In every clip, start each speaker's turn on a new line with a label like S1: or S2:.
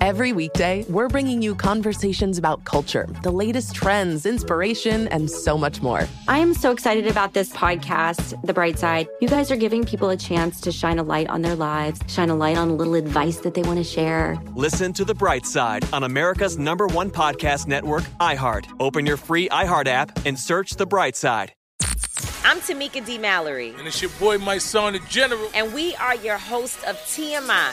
S1: Every weekday, we're bringing you conversations about culture, the latest trends, inspiration, and so much more.
S2: I am so excited about this podcast, The Bright Side. You guys are giving people a chance to shine a light on their lives, shine a light on a little advice that they want to share.
S3: Listen to The Bright Side on America's number one podcast network, iHeart. Open your free iHeart app and search The Bright Side.
S4: I'm Tamika D. Mallory.
S5: And it's your boy, my son, the general.
S4: And we are your hosts of TMI.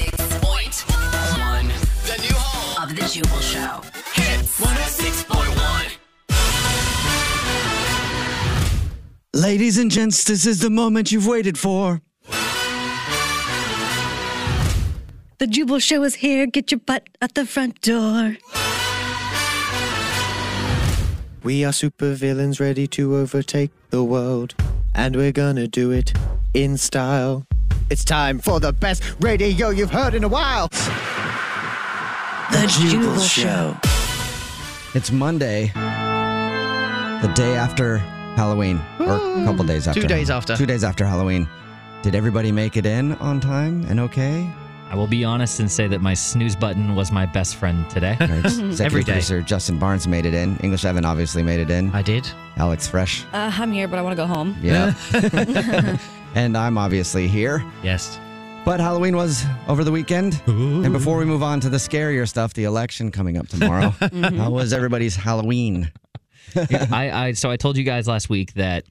S6: 106.1. The new home of The Jubal Show. Hits 106.1.
S7: Ladies and gents, this is the moment you've waited for.
S8: The Jubal Show is here. Get your butt at the front door.
S7: We are supervillains ready to overtake the world, and we're gonna do it in style. It's time for the best radio you've heard in a while.
S8: The Jubal Show.
S9: It's Monday, the day after Halloween, or a couple days after.
S10: Hmm. two days after.
S9: Two days after Halloween. Did everybody make it in on time and okay?
S10: I will be honest and say that my snooze button was my best friend today.
S9: Executive
S10: Hmm. Every day.
S9: producer Justin Barnes made it in. English Evan obviously made it in.
S10: I did.
S9: Alex Fresh.
S11: Uh, I'm here, but I want to go home.
S9: Yeah. and I'm obviously here.
S10: Yes.
S9: But Halloween was over the weekend. And before we move on to the scarier stuff, the election coming up tomorrow,
S10: Mm-hmm.
S9: how was everybody's Halloween?
S10: I, I so I told you guys last week that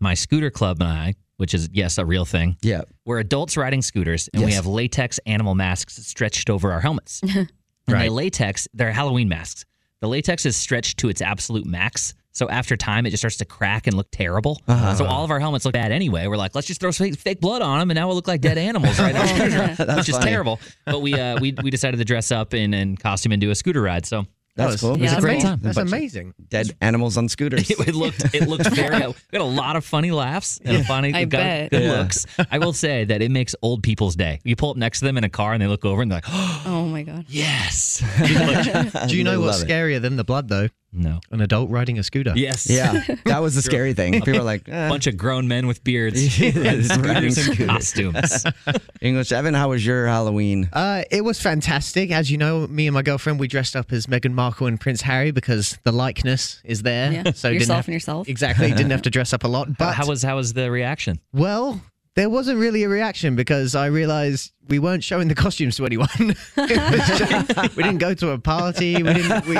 S10: my scooter club and I, which is yes a real thing,
S9: Yeah.
S10: we're adults riding scooters and we
S9: Yes.
S10: have latex animal masks stretched over our helmets. and they
S9: Right.
S10: latex, they're Halloween masks. The latex is stretched to its absolute max. So after time, it just starts to crack and look terrible.
S9: Uh-huh.
S10: So all of our helmets look bad anyway. We're like, let's just throw fake, fake blood on them, and now we'll look like dead animals, right?
S9: That's
S10: Which is
S9: funny.
S10: terrible. But we uh, we we decided to dress up and, and costume and do a scooter ride. So
S9: That's cool.
S10: It was a great time.
S9: That's amazing. Dead animals on scooters.
S10: It, it looked it looked very. uh, we got a lot of funny laughs and a funny
S11: I
S10: got
S11: bet.
S10: good
S9: Yeah.
S10: looks. I will say that it makes old people's day. You pull up next to them in a car and they look over and they're like, oh,
S11: Oh my god.
S10: yes,
S12: Do you
S9: They
S12: know what's
S9: love it.
S12: scarier than the blood though?
S10: no,
S12: An adult riding a scooter.
S10: yes,
S9: Yeah, that was the scary thing. People were like, eh.
S10: bunch of grown men with beards,
S9: It's riding
S10: scooters and
S9: scooters.
S10: costumes.
S9: English Evan, how was your Halloween?
S12: Uh, it was fantastic. As you know, me and my girlfriend, we dressed up as Meghan Markle and Prince Harry because the likeness is there.
S11: Yeah.
S12: didn't
S11: Yourself
S12: have-
S11: and yourself.
S12: Exactly. Didn't have to dress up a lot. But,
S10: how was how was the reaction?
S12: well, there wasn't really a reaction because I realized we weren't showing the costumes to anyone. It was just- we didn't go to a party. We didn't, we,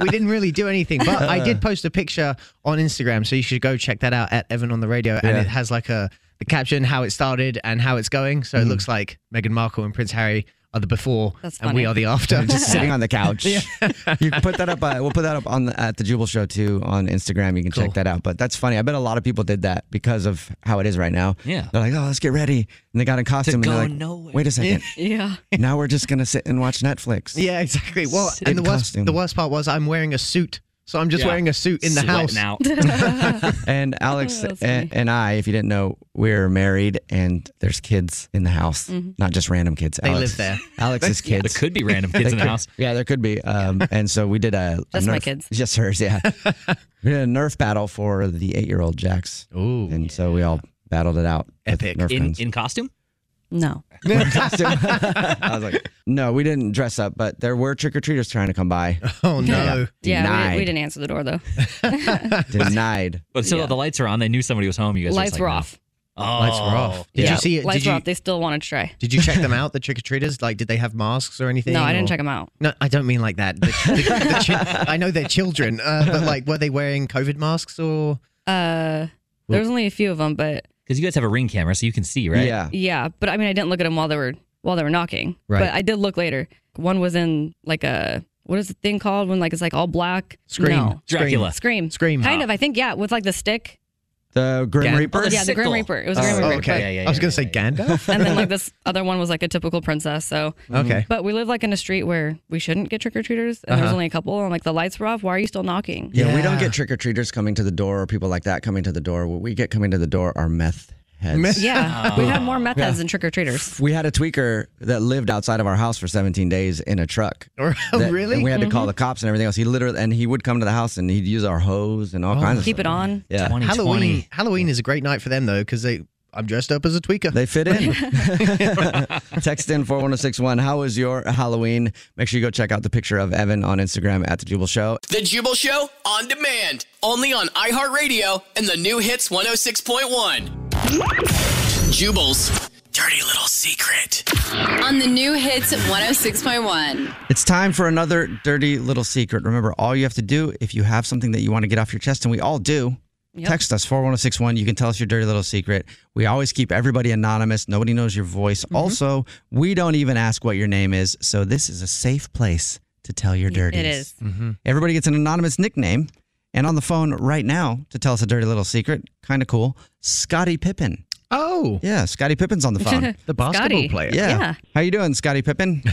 S12: we didn't really do anything. But I did post a picture on Instagram. So you should go check that out at Evan on the Radio. And
S9: Yeah.
S12: it has like a the caption, how it started and how it's going. So it
S9: Mm-hmm.
S12: looks like Meghan Markle and Prince Harry are the before
S11: That's
S12: and we
S11: funny.
S12: are the after.
S9: Just sitting on the couch. You can put that up. Uh, we'll put that up on the, at the Jubal Show too on Instagram. You can
S12: Cool.
S9: check that out. But that's funny. I bet a lot of people did that because of how it is right now.
S10: Yeah.
S9: They're like, oh, let's get ready, and they got in costume,
S10: go
S9: and they're like,
S10: nowhere.
S9: wait a second.
S11: Yeah.
S9: now we're just gonna sit and watch Netflix.
S12: Yeah, exactly. Well,
S9: Sick
S12: and the worst,
S9: costume.
S12: the worst part was I'm wearing a suit. So I'm just
S10: Yeah.
S12: wearing a suit in the house.
S10: Sweating out.
S9: And Alex
S11: That's
S9: and,
S11: funny.
S9: and I, if you didn't know, we're married and there's kids in the house, not just random kids.
S12: They
S9: Alex-
S12: live there.
S9: Alex's
S10: There
S9: kids.
S10: could be random kids in the house.
S9: Yeah, there could be. Um, and so we did a a
S11: Just my
S9: Nerf-
S11: kids.
S9: just hers. Yeah, we did a Nerf battle for the eight-year-old Jax,
S12: Ooh.
S9: and so we all battled it out. with
S12: Epic.
S9: Nerf
S10: In
S9: guns.
S10: in costume?
S8: No.
S9: I was like, no, we didn't dress up, but there were trick or treaters trying to come by. Oh
S10: no.
S9: denied.
S11: Yeah, we, we didn't answer the door though.
S9: denied.
S10: But still, the lights are on. They knew somebody was home. You guys
S11: Lights
S10: just like,
S11: were
S10: no.
S11: off.
S10: Oh,
S12: Lights were off. Did
S10: yeah.
S12: you see it?
S11: Lights
S12: did
S11: were
S12: you,
S11: off. They still wanted to try.
S12: Did you check them out, the trick or treaters? Like, did they have masks or anything?
S11: No, I didn't
S12: or-
S11: check 'em out.
S12: No, I don't mean like that. The- the- the chi- I know they're children, uh, but like, were they wearing COVID masks or?
S11: Uh, there was only a few of them, but
S10: Because you guys have a ring camera, so you can see, right?
S9: Yeah.
S11: yeah. But I mean, I didn't look at them while they were while they were knocking.
S10: Right.
S11: But I did look later. One was in like a what is the thing called when like it's like all black?
S9: Scream.
S11: No.
S9: Dracula.
S11: Scream.
S9: Scream.
S11: Kind of. I think yeah, with like the stick.
S9: The Grim
S11: Yeah.
S9: Reaper?
S11: Oh, the Yeah, the Grim sickle. Reaper. It was a Grim
S9: Oh,
S11: Reaper,
S9: Okay.
S11: but- Yeah, yeah,
S12: I was going to say Gandalf.
S11: and then like this other one was like a typical princess. So
S12: Okay.
S11: but we live like in a street where we shouldn't get trick or treaters, and there's
S9: Uh-huh.
S11: only a couple. And like the lights were off. Why are you still knocking?
S9: Yeah, we don't get trick or treaters coming to the door or people like that coming to the door. What we get coming to the door are meth heads.
S11: Yeah, we've had more meth
S9: Yeah.
S11: heads than trick or treaters.
S9: We had a tweaker that lived outside of our house for 17 days in a truck.
S12: Oh,
S11: really?
S9: And we had to call
S11: Mhm.
S9: the cops and everything else. He literally, and he would come to the house and he'd use our hose and all kinds of
S11: Keep it
S9: stuff.
S11: on.
S9: Yeah.
S12: Mm-hmm. Halloween. Halloween is a great night for them though, because they. I'm dressed up as a tweaker.
S9: They fit in. Text in 41061. How was your Halloween? Make sure you go check out the picture of Evan on Instagram at The Jubal Show.
S6: The Jubal Show on demand, only on iHeartRadio and the new hits 106.1. Jubal's dirty little secret.
S13: On the new hits 106.1.
S9: It's time for another dirty little secret. Remember, all you have to do if you have something that you want to get off your chest, and we all do,
S13: Yep.
S9: text us 41061. You can tell us your dirty little secret. We always keep everybody anonymous. Nobody knows your voice.
S12: Mm-hmm.
S9: Also, we don't even ask what your name is. So this is a safe place to tell your dirties.
S11: It is.
S12: Mm-hmm.
S9: Everybody gets an anonymous nickname. And on the phone right now to tell us a dirty little secret, kind of cool, Scotty Pippen.
S12: Oh.
S9: Yeah, Scotty Pippen's on the phone.
S12: The basketball Scotty. player.
S9: Yeah.
S12: Yeah.
S9: How you doing, Scotty Pippen?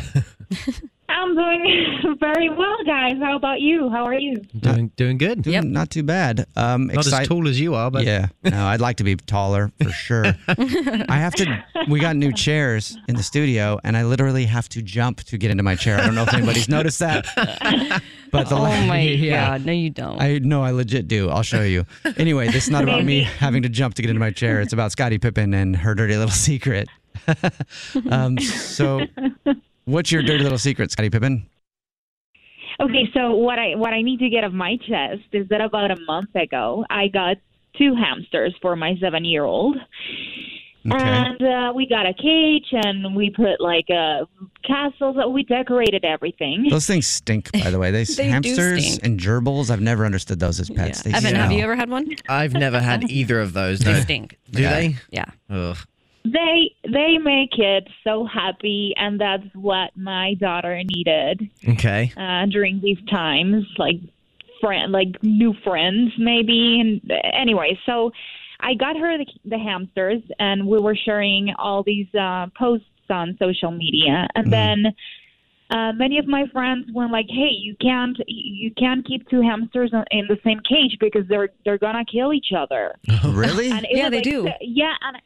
S14: I'm doing very well, guys. How about you? How are you?
S9: Doing doing good. Doing not too bad. Um,
S12: Not as tall as you are, but-
S9: yeah. No, I'd like to be taller for sure. I have to. We got new chairs in the studio, and I literally have to jump to get into my chair. I don't know if anybody's noticed that, but the
S11: oh
S9: la-
S11: my
S9: yeah.
S11: god, no, you don't.
S9: I know I legit do. I'll show you. Anyway, this is not about me
S11: Maybe.
S9: having to jump to get into my chair. It's about Scottie Pippen and her dirty little secret. um, so, what's your dirty little secret, Scottie Pippen?
S14: Okay, so what I what I need to get off my chest is that about a month ago I got two hamsters for my seven year old. And uh, we got a cage and we put like uh, castles. We decorated
S11: Mm.
S14: everything.
S9: Those things stink, by the way. They,
S14: They do
S9: hamsters
S14: stink.
S9: and gerbils. I've never understood those as pets. They
S11: Evan,
S9: smell.
S11: have you ever had one?
S12: I've never had either of those.
S11: They
S12: no.
S11: stink.
S12: Do
S11: Yeah.
S12: they?
S11: Yeah.
S12: Ugh.
S14: They they make kids so happy, and that's what my daughter needed.
S12: Okay.
S14: uh, during these times, like friend, like new friends, maybe. And anyway, so I got her the, the hamsters, and we were sharing all these uh, posts on social media, and then. Uh, many of my friends were like, "Hey, you can't, you can't keep two hamsters in- in the same cage because they're they're gonna kill each other."
S9: Really?
S14: And it
S11: Yeah,
S14: was
S11: they
S14: like,
S11: do.
S14: so- Yeah, and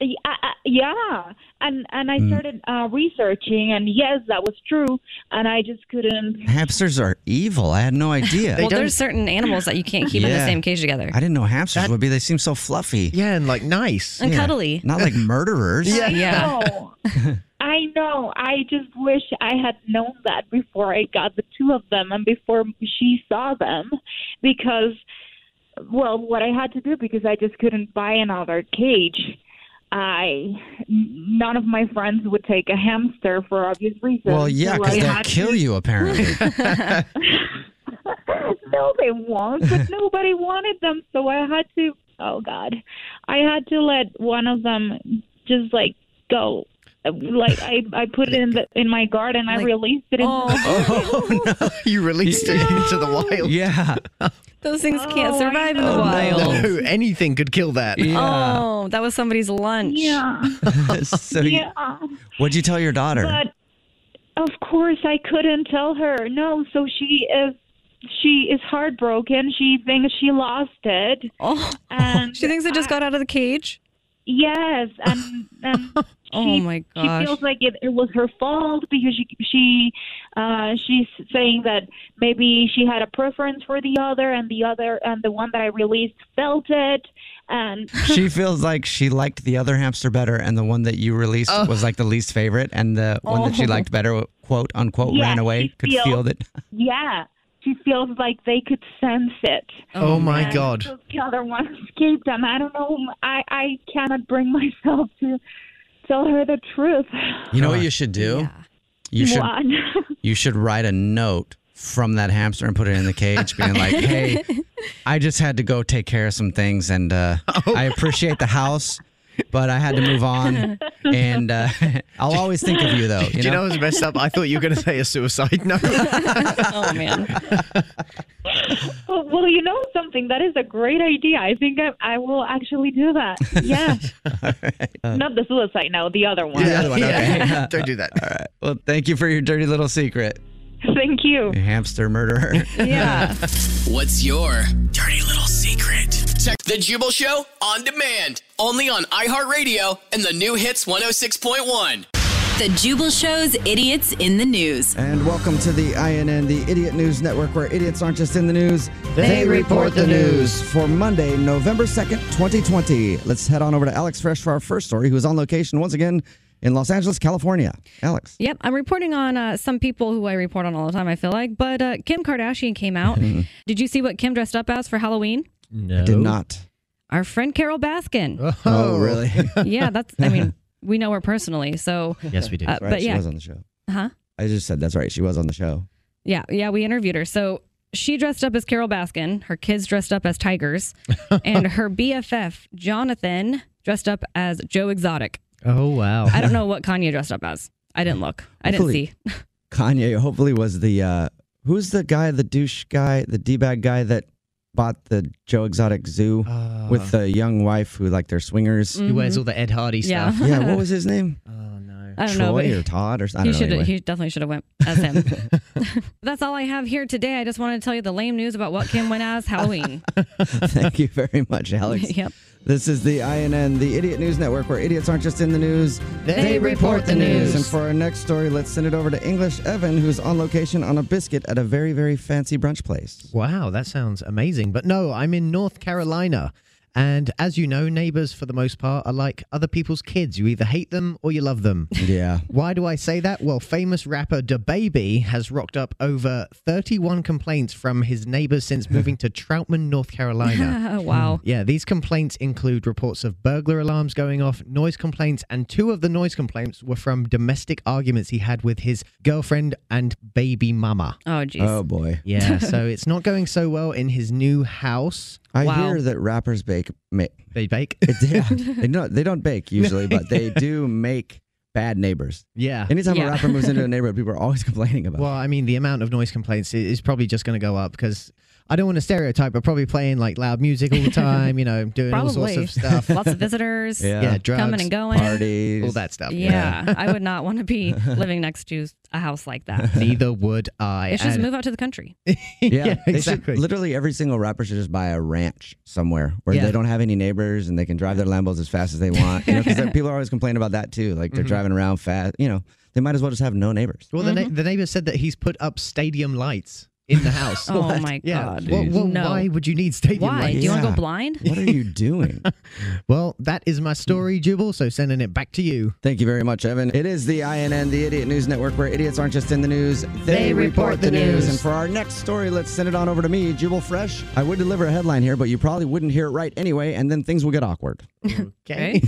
S14: yeah, uh, yeah, and and I started uh, researching, and yes, that was true, and I just couldn't.
S9: Hamsters are evil. I had no idea.
S11: well, there's certain animals that you can't keep in the
S9: Yeah.
S11: same cage together.
S9: I didn't know hamsters would be. They seem so fluffy.
S12: Yeah, and like nice
S11: And cuddly.
S9: Not like murderers.
S14: I know. I know. I just wish I had known that before I got the two of them and before she saw them, because, well, what I had to do because I just couldn't buy another cage. I n- none of my friends would take a hamster for obvious reasons.
S9: Well, yeah,
S14: so
S9: because
S14: I
S9: they'll
S14: had to-
S9: kill you apparently.
S14: no, they won't. But nobody wanted them, so I had to. Oh God, I had to let one of them just like go. Like I, I put it in the in my garden. I released it. Oh.
S12: you released it into the wild.
S9: Yeah.
S11: Those things can't
S14: Oh, I
S11: survive in the
S14: know.
S11: wild.
S12: No, anything could kill that.
S11: Oh, that was somebody's lunch.
S14: Yeah.
S9: so, you-
S14: yeah.
S9: what'd you tell your daughter?
S14: But of course, I couldn't tell her no. So she is she is heartbroken. She thinks she lost it.
S11: Oh,
S14: and
S11: she thinks it just got out of the cage.
S14: Yes, and, and she,
S11: Oh my
S14: she
S11: gosh.
S14: feels like it, it was her fault because she she uh, she's saying that maybe she had a preference for the other, and the other and the one that I released felt it, and
S9: she feels like she liked the other hamster better, and the one that you released
S14: Oh.
S9: was like the least favorite, and the one that she
S14: Oh.
S9: liked better, quote unquote,
S14: Yeah,
S9: ran away.
S14: she
S9: Could
S14: feels-
S9: feel that.
S14: yeah. She feels like they could sense it.
S9: Oh, my
S14: And
S9: God.
S14: so The other one escaped, and I don't know. I I cannot bring myself to tell her the truth.
S9: You know what you should do? You should
S14: What?
S9: you should write a note from that hamster and put it in the cage, being like, "Hey, I just had to go take care of some things, and uh,
S14: Oh.
S9: I appreciate the house." But I had to move on, and uh, I'll always think of you, though. You
S12: Do you know what's messed up? I thought you were going to say a suicide note.
S11: oh man.
S14: Oh, well, you know something. That is a great idea. I think I, I will actually do that. Yeah. Not the suicide note, the other one.
S9: The other one, okay.
S12: Don't do that.
S9: uh, All right. Well, thank you for your dirty little secret,
S14: Thank you.
S9: hamster murderer.
S11: Yeah.
S6: What's your dirty little secret? Check The Jubal Show on demand, only on iHeartRadio and the new hits 106.1.
S13: The Jubal Show's Idiots in the News.
S9: And welcome to the INN, the Idiot News Network, where idiots aren't just in the news,
S13: They report the news.
S9: For Monday, November 2nd, 2020. Let's head on over to Alex Fresh for our first story, who is on location once again in Los Angeles, California. Alex.
S11: Yep, I'm reporting on uh, some people who I report on all the time. I feel like, but uh, Kim Kardashian came out.
S9: Mhm.
S11: Did you see what Kim dressed up as for Halloween?
S9: No. I did not.
S11: Our friend Carol Baskin. Oh,
S9: Oh, really?
S11: yeah, that's. I mean, we know her personally, so Uh,
S9: That's right,
S11: but
S9: she
S11: yeah,
S9: was on the show.
S11: huh?
S9: I just said that's right. She was on the show.
S11: Yeah, yeah, we interviewed her. So she dressed up as Carol Baskin. Her kids dressed up as tigers, and her BFF Jonathan dressed up as Joe Exotic.
S12: Oh, wow.
S11: I don't know what Kanye dressed up as. I didn't look. I didn't
S9: Hopefully-
S11: see.
S9: Kanye hopefully was the uh who's the guy, the douche guy, the D bag guy that bought the Joe Exotic Zoo with the young wife who like they're swingers.
S12: Uh. He wears all the Ed Hardy
S11: Mm-hmm. Yeah.
S12: stuff. Uh.
S9: Yeah, what was his name?
S11: I don't
S9: Troy
S11: know. but-
S9: or Todd or I
S11: he
S9: don't know.
S11: should.
S9: Anyway.
S11: He definitely should have went as him. That's all I have here today. I just wanted to tell you the lame news about what Kim went as Halloween.
S9: Thank you very much, Alex.
S11: Yep.
S9: This is the INN, the Idiot News Network, where idiots aren't just in the news,
S12: They report the news.
S9: And for our next story, let's send it over to English Evan, who's on location on a biscuit at a very, very fancy brunch place.
S12: Wow, that sounds amazing. But no, I'm in North Carolina. And as you know, neighbors for the most part are like other people's kids. You either hate them or you love them.
S9: Yeah.
S12: Why do I say that? Well, famous rapper DaBaby has rocked up over 31 complaints from his neighbors since moving to Troutman, North Carolina.
S9: Hmm.
S11: Wow.
S12: Yeah, these complaints include reports of burglar alarms going off, noise complaints, and two of the noise complaints were from domestic arguments he had with his girlfriend and baby mama.
S11: Oh, jeez. Oh,
S9: boy.
S12: Yeah, so it's not going so well in his new house.
S9: I hear that rappers bake. Ma-
S12: they bake?
S9: yeah. they, don't, they don't bake usually, but they do make bad neighbors.
S12: Yeah.
S9: Anytime
S12: Yeah.
S9: a rapper moves into a neighborhood, people are always complaining about
S12: Well, I mean, the amount of noise complaints i- is probably just going to go up because I don't want to stereotype, but probably playing like loud music all the time, you know, doing all sorts
S11: Probably.
S12: of stuff.
S11: Lots of visitors.
S12: Yeah, drugs,
S11: coming and going.
S9: parties,
S12: all that stuff.
S11: Yeah, I would not want to be living next to a house like that.
S12: Neither would I.
S11: It's just
S9: And-
S11: move out to the country.
S9: it. Yeah, they should-
S12: exactly.
S9: literally every single rapper should just buy a ranch somewhere where
S12: Yeah.
S9: they don't have any neighbors and they can drive their Lambos as fast as they want. You know, because people are always complaining about that too. Like they're
S12: Mhm.
S9: driving around fast. You know, they might as well just have no neighbors.
S12: Well,
S11: Mm.
S12: the,
S11: Mm-hmm.
S12: na- the neighbor said that he's put up stadium lights in the house.
S11: Oh
S12: What?
S11: my
S12: Yeah.
S11: God.
S12: Well, well,
S11: No.
S12: Why would you need stadium
S11: Why?
S12: lights?
S11: Do you want to go blind?
S9: What are you doing?
S12: well, that is my story, Jubal. So sending it back to you.
S9: Thank you very much, Evan. It is the INN, the Idiot News Network, where idiots aren't just in the news,
S12: They report the news.
S9: And for our next story, let's send it on over to me, Jubal Fresh. I would deliver a headline here, but you probably wouldn't hear it right anyway, and then things will get awkward.
S12: Okay.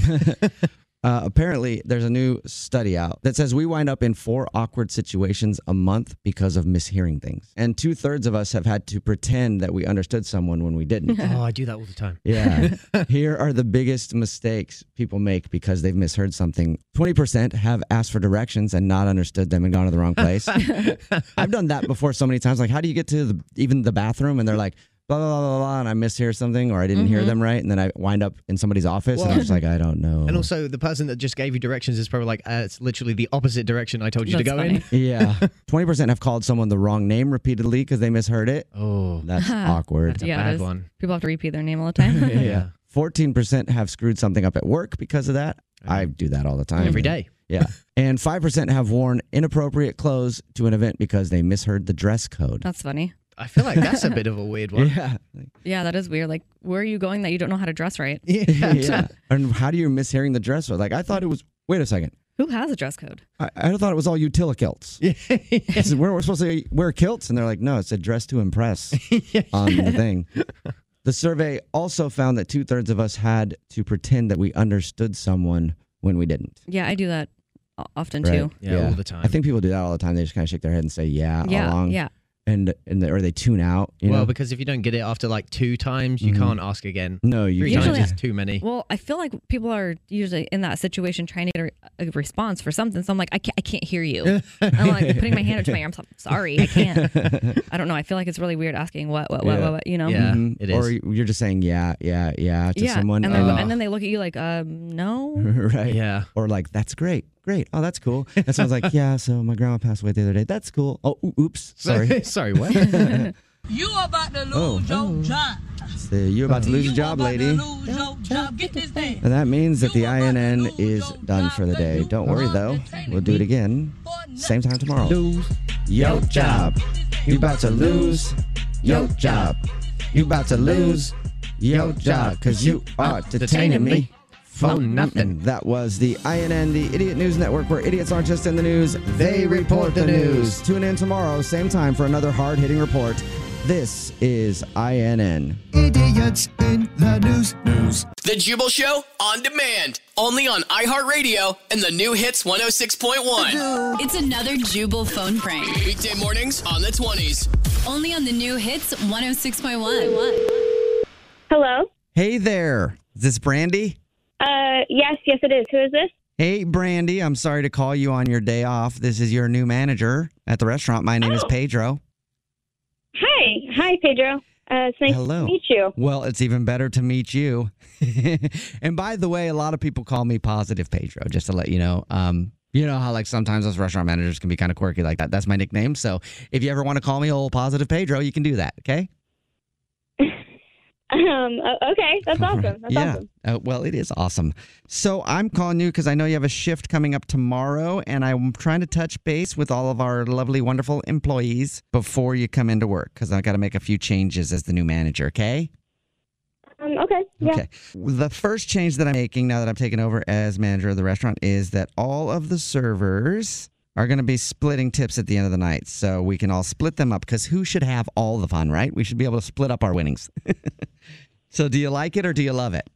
S9: Uh, apparently, there's a new study out that says we wind up in four awkward situations a month because of mishearing things. And two thirds of us have had to pretend that we understood someone when we didn't.
S12: oh, I do that all the time.
S9: Yeah. Here are the biggest mistakes people make because they've misheard something. 20% have asked for directions and not understood them and gone to the wrong place. I've done that before so many times. Like, how do you get to the, even the bathroom? And they're like, blah, blah, blah, blah, blah, and I mishear something or I didn't hear
S12: Mhm.
S9: them right. And then I wind up in somebody's office and I'm
S12: Well-
S9: just like, I don't know.
S12: And also, the person that just gave you directions is probably like, uh, it's literally the opposite direction I told you to go in.
S9: Yeah. 20% Uh, have called someone the wrong name repeatedly because they misheard it.
S12: Oh,
S9: that's awkward.
S11: it is. People have to repeat their name all the time.
S9: yeah. 14% have screwed something up at work because of that. I do that all the time.
S12: Every day.
S9: Yeah. And 5% have worn inappropriate clothes to an event because they misheard the dress code.
S11: That's funny.
S12: I feel like that's a bit of a weird one.
S9: Yeah.
S11: Yeah, that is weird. Like, where are you going that you don't know how to dress right?
S9: yeah. And how do you mishearing the dress code? Like, I thought it was, wait a second.
S11: Who has a dress code?
S9: I, I thought it was all utilikilts. Yeah. We're, we're supposed to wear kilts. And they're like, no, it said dress to impress on the thing. The survey also found that two thirds of us had to pretend that we understood someone when we didn't.
S11: Yeah, I do that o- often
S9: Right?
S11: too.
S9: I think people do that all the time. They just kind of shake their head and say, yeah,
S11: Yeah,
S9: along.
S11: yeah.
S9: And, and they, or they tune out. You
S12: well,
S9: know?
S12: because if you don't get it after like two times, you
S9: Mhm.
S12: can't ask again.
S9: No, you
S12: three
S9: can't.
S12: times is
S11: Usually-
S12: too many.
S11: Well, I feel like people are usually in that situation trying to get a, a response for something. So I'm like, I can't, I can't hear you. I'm like putting my hand up to my ear. I'm so- sorry, I can't. I don't know. I feel like it's really weird asking what, what, what,
S9: Yeah.
S11: what, what, you know?
S9: Mhm. Or you're just saying, yeah, yeah, yeah to
S11: yeah.
S9: someone.
S11: and, then,
S9: Oh.
S11: and then they look at you like, um, no.
S9: right? Yeah. Or like, that's great. Great. Oh, that's cool. And someone's like, yeah, so my grandma passed away the other day. That's cool. Oh, oo- oops. Sorry.
S12: Sorry, what?
S15: You about to lose
S9: Oh.
S15: your job.
S9: so you're about to lose your job, lady.
S15: Lose your job. Get this thing.
S9: And that means that the INN is done for the day. Don't worry, though. We'll do it again. Same time tomorrow.
S12: Lose
S9: your job. You about to lose your job. You about to lose your job because you are Ah, detaining me. For nothing. That was the INN, the Idiot News Network, where idiots aren't just in the news, they report the news. Tune in tomorrow, same time, for another hard hitting report. This is INN.
S7: Idiots in the news. News.
S6: The Jubal Show on demand, only on iHeartRadio and the new hits 106.1.
S13: It's another Jubal phone prank.
S6: Weekday mornings on the 20s.
S13: Only on the new hits 106.1.
S16: Hello.
S9: Hey there. Is this Brandy?
S16: Uh, yes, yes, it is. Who is this?
S9: Hey, Brandy. I'm sorry to call you on your day off. This is your new manager at the restaurant. My name is Pedro.
S16: Hi, hi, Pedro. Uh, it's nice
S9: Hello.
S16: to meet you.
S9: Well, it's even better to meet you. and by the way, a lot of people call me Positive Pedro, just to let you know. Um, you know how like sometimes those restaurant managers can be kind of quirky like that. That's my nickname. So if you ever want to call me old Positive Pedro, you can do that. Okay.
S16: Um, o- okay, that's awesome. That's
S9: yeah.
S16: awesome.
S9: Uh, well, it is awesome. So I'm calling you because I know you have a shift coming up tomorrow, and I'm trying to touch base with all of our lovely, wonderful employees before you come into work because I've got to make a few changes as the new manager. Okay.
S16: Um, okay, yeah.
S9: Okay. The first change that I'm making now that I'm taking over as manager of the restaurant is that all of the servers are going to be splitting tips at the end of the night. So we can all split them up because who should have all the fun, right? We should be able to split up our winnings. so do you like it or do you love it?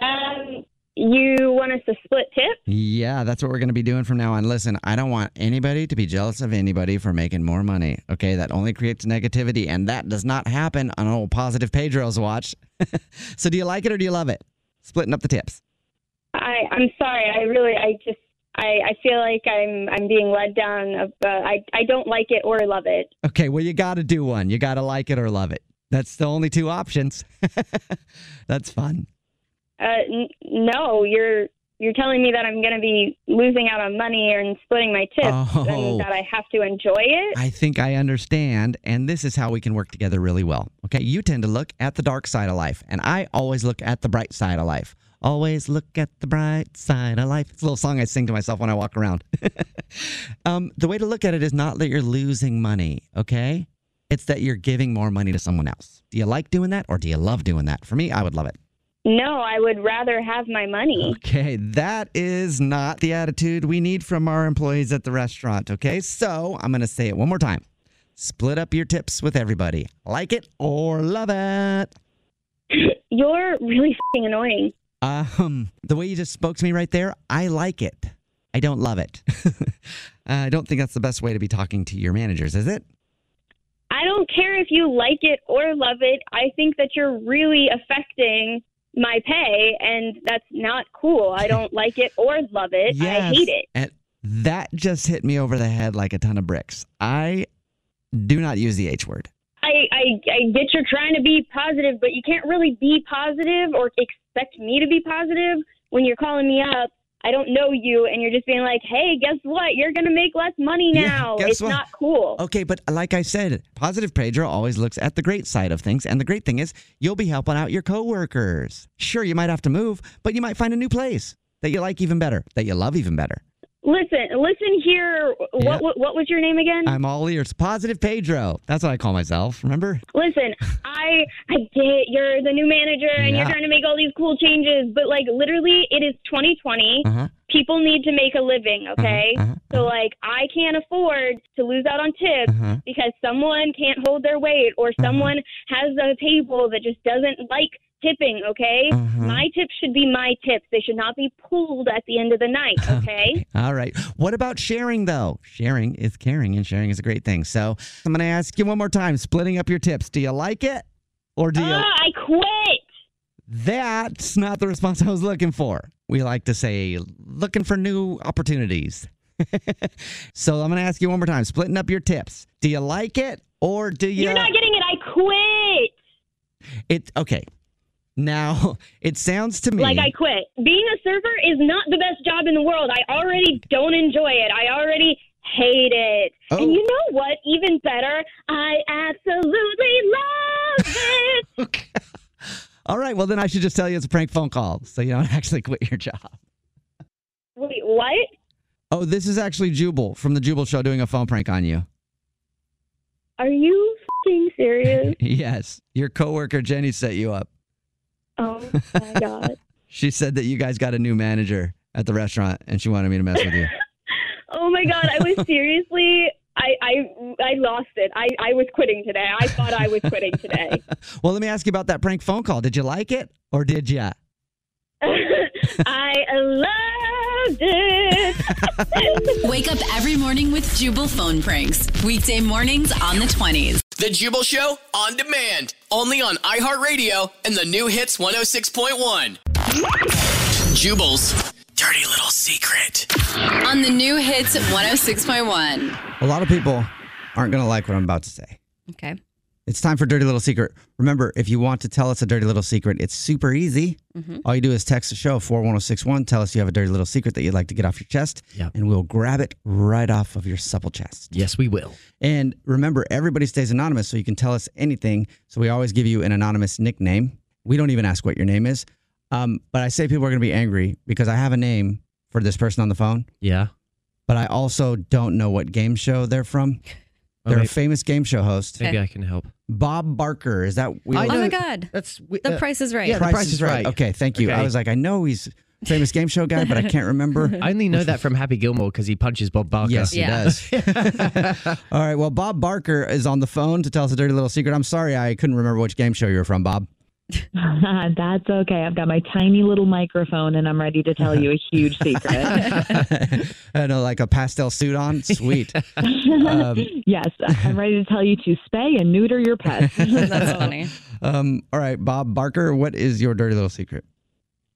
S16: Um, you want us to split tip?
S9: Yeah, that's what we're going to be doing from now on. Listen, I don't want anybody to be jealous of anybody for making more money. Okay, that only creates negativity, and that does not happen on old Positive Pedro's watch. so, do you like it or do you love it? Splitting up the tips.
S16: I, I'm sorry. I really, I just, I, I feel like I'm, I'm being led down. Of, uh, I, I don't like it or love it.
S9: Okay, well, you got to do one. You got to like it or love it. That's the only two options. That's fun.
S16: Uh, n- no, you're, you're telling me that I'm going to be losing out on money and splitting my tips,
S9: Oh.
S16: and that I have to enjoy it.
S9: I think I understand, and this is how we can work together really well. Okay, you tend to look at the dark side of life, and I always look at the bright side of life. Always look at the bright side of life. It's a little song I sing to myself when I walk around. um, the way to look at it is not that you're losing money, okay? It's that you're giving more money to someone else. Do you like doing that or do you love doing that? For me, I would love it.
S16: No, I would rather have my money.
S9: Okay, that is not the attitude we need from our employees at the restaurant. Okay, so I'm going to say it one more time. Split up your tips with everybody. Like it or love it.
S16: You're really fing annoying.
S9: Um, the way you just spoke to me right there, I like it. I don't love it. I don't think that's the best way to be talking to your managers, is it?
S16: I don't care if you like it or love it. I think that you're really affecting my pay, and that's not cool. I don't like it or love it. I hate it.
S9: And that just hit me over the head like a ton of bricks. I do not use the H word.
S16: I, I, I get you're trying to be positive, but you can't really be positive or expect me to be positive when you're calling me up I don't know you, and you're just being like, hey, guess what? You're going to make less money
S9: Yeah,
S16: now.
S9: guess
S16: it's
S9: what?
S16: not cool.
S9: Okay, but like I said, positive Pedro always looks at the great side of things, and the great thing is you'll be helping out your coworkers. Sure, you might have to move, but you might find a new place that you like even better, that you love even better.
S16: Listen, listen here. What,
S9: Yeah.
S16: what, what was your name again?
S9: I'm all ears. Positive Pedro. That's what I call myself. Remember?
S16: Listen, I I get you're the new manager and
S9: Yeah.
S16: you're trying to make all these cool changes, but like literally it is 2020.
S9: Uh-huh.
S16: People need to make a living, okay? So like I can't afford to lose out on tips
S9: Uh-huh.
S16: because someone can't hold their weight or someone has a table that just doesn't like tipping, okay? My tips should be my tips. They should not be pooled at the end of the night, okay?
S9: All right. What about sharing, though? Sharing is caring, and sharing is a great thing. So I'm going to ask you one more time splitting up your tips. Do you like it? Or do you?
S16: Ah, I quit.
S9: That's not the response I was looking for. We like to say looking for new opportunities. so I'm going to ask you one more time splitting up your tips. Do you like it or do you?
S16: You're not getting it. I quit.
S9: it. Okay. Now it sounds to me
S16: Like I quit. Being a server is not the best job in the world. I already don't enjoy it. I already hate it. And you know what? Even better, I absolutely love it.
S9: All right. Well, then I should just tell you it's a prank phone call so you don't actually quit your job.
S16: Wait, what?
S9: Oh, this is actually Jubal from the Jubal Show doing a phone prank on you.
S16: Are you fing serious?
S9: Yes. Your coworker Jenny set you up.
S14: Um,
S16: Oh my god.
S9: She said that you guys got a new manager at the restaurant and she wanted me to mess with you.
S16: Oh my god. I was seriously. I I I lost it. I I was quitting today. I thought I was quitting today.
S9: well, let me ask you about that prank phone call. Did you like it or did you?
S16: I loved it.
S13: Wake up every morning with Jubal phone pranks. Weekday mornings on the 20s.
S6: The Jubal Show on demand, only on iHeartRadio and the new hits 106.1. Jubal's Dirty Little Secret.
S13: On the new hits 106.1.
S9: A lot of people aren't going to like what I'm about to say.
S11: Okay.
S9: It's time for Dirty Little Secret. Remember, if you want to tell us a dirty little secret, it's super easy.
S12: Mm-hmm.
S11: Mhm.
S9: All you do is text the show 41061. Tell us you have a dirty little secret that you'd like to get off your chest, and we'll grab it right off of your supple chest.
S12: Yes, we will.
S9: And remember, everybody stays anonymous, so you can tell us anything. So we always give you an anonymous nickname. We don't even ask what your name is. Um, but I say people are going to be angry because I have a name for this person on the phone.
S12: Yeah.
S9: But I also don't know what game show they're from. They're a
S12: maybe-
S9: famous game show host.
S12: Maybe I can help.
S9: Bob Barker. Is that
S11: Eh. oh
S9: weird?
S11: my God.
S12: That's uh,
S11: the Price is Right.
S9: Yeah, price, is, right. Okay, thank you. I
S12: Okay.
S9: was like, I know he's a famous game show guy, but I can't remember.
S12: I only know that from Happy Gilmore because he punches Bob Barker.
S9: Yes, he Yeah. does. All right. Well, Bob Barker is on the phone to tell us a dirty little secret. I'm sorry I couldn't remember which game show you were from, Bob.
S17: That's okay. I've got my tiny little microphone and I'm ready to tell you a huge
S10: Um,
S17: secret.
S9: I know, like a pastel suit on. Sweet. Um,
S17: yes, I'm ready to tell you to spay and neuter your pets.
S9: funny. Um, all right, Bob Barker, what is your dirty little secret?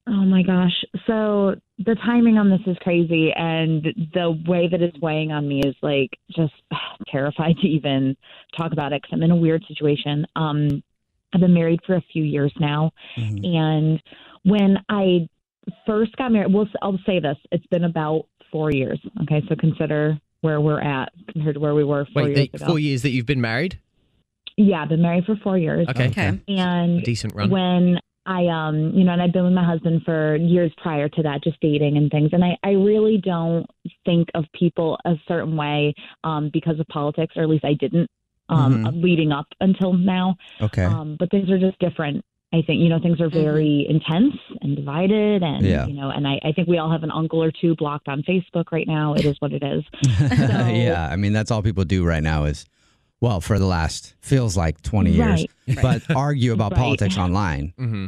S17: Oh my gosh. So the timing on this is crazy and the way that it's weighing on me is like just terrified to even talk about it cuz I'm in a weird situation. Um I've been married for a few years now
S12: Mm-hmm.
S17: and when I first got married, well I'll say this, it's been about 4 years. Okay, so consider where we're at compared to where we were 4
S12: Wait,
S17: years
S12: they-
S17: ago.
S12: four years that you've been married?
S17: Yeah, I've been married for four years.
S12: Okay. Okay.
S17: And
S12: A decent run.
S17: When I um you know, and I've been with my husband for years prior to that, just dating and things. And I, I really don't think of people a certain way um because of politics, or at least I didn't um
S12: Mm-hmm.
S18: Mhm.
S17: leading up until now.
S18: Okay.
S17: Um, but things are just different. I think, you know, things are very intense and divided and
S18: Yeah.
S17: you know, and I, I think we all have an uncle or two blocked on Facebook right now. It is what it is.
S9: yeah, I mean that's all people do right now is, well, for the last feels like 20 years,
S17: Right. Right.
S9: but argue about
S17: Right.
S9: politics online.
S12: Mm-hmm.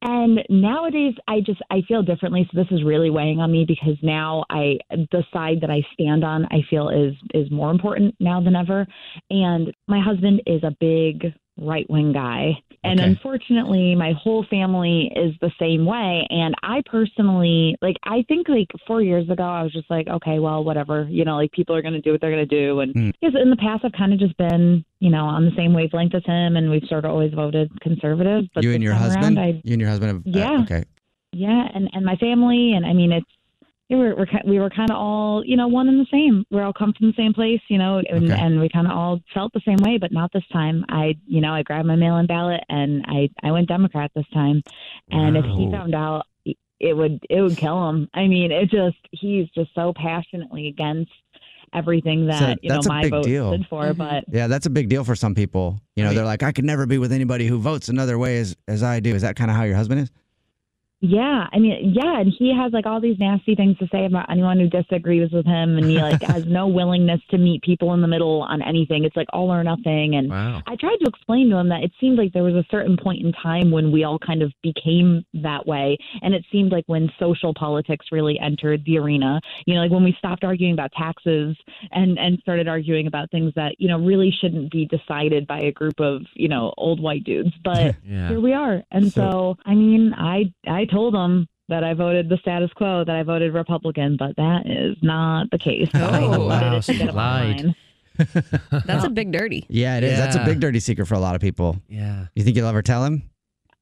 S17: And nowadays, I just I feel differently. So this is really weighing on me because now I the side that I stand on, I feel is is more important now than ever. And my husband is a big right wing guy, and
S18: Okay.
S17: unfortunately, my whole family is the same way. And I personally, like, I think like four years ago, I was just like, okay, well, whatever, you know, like people are going to do what they're going to do. And
S18: Mm.
S17: because in the past, I've kind of just been, you know, on the same wavelength as him, and we've sort of always voted conservative. But
S9: you
S17: this
S9: and your
S17: time around,
S9: husband,
S17: I
S9: you and your husband have uh,
S17: Yeah.
S9: okay.
S17: yeah, and and my family, and I mean, it's we were, we're ki- we were kind of all you know one and the same. We're all come from the same place, you know, and,
S18: Okay.
S17: and we kind of all felt the same way, but not this time. I you know I grabbed my mail-in ballot and I I went Democrat this time, and if he
S18: Wow.
S17: found out, it would it would kill him. I mean, it just he's just so passionately against everything that
S9: So
S17: you know
S9: that's a
S17: my
S9: big
S17: vote
S9: deal.
S17: stood for, but
S9: Yeah, that's a big deal for some people. You know, they're like, I could never be with anybody who votes another way as, as I do. Is that kind of how your husband is?
S17: Yeah, I mean, yeah, and he has like all these nasty things to say about anyone who disagrees with him, and he like has no willingness to meet people in the middle on anything. It's like all or nothing. And
S18: Wow.
S17: I tried to explain to him that it seemed like there was a certain point in time when we all kind of became that way, and it seemed like when social politics really entered the arena. You know, like when we stopped arguing about taxes and and started arguing about things that you know really shouldn't be decided by a group of you know old white dudes, but
S18: Yeah.
S17: here we are. And
S18: So-
S17: so, I mean, I I told them that I voted the status quo, that I voted Republican, but that is not the case.
S9: Oh, wow,
S17: she
S9: lied.
S11: That's a big dirty.
S9: Yeah, it is. That's a
S11: Yeah.
S9: big dirty secret for a lot of people. Yeah. You think you'll ever tell him?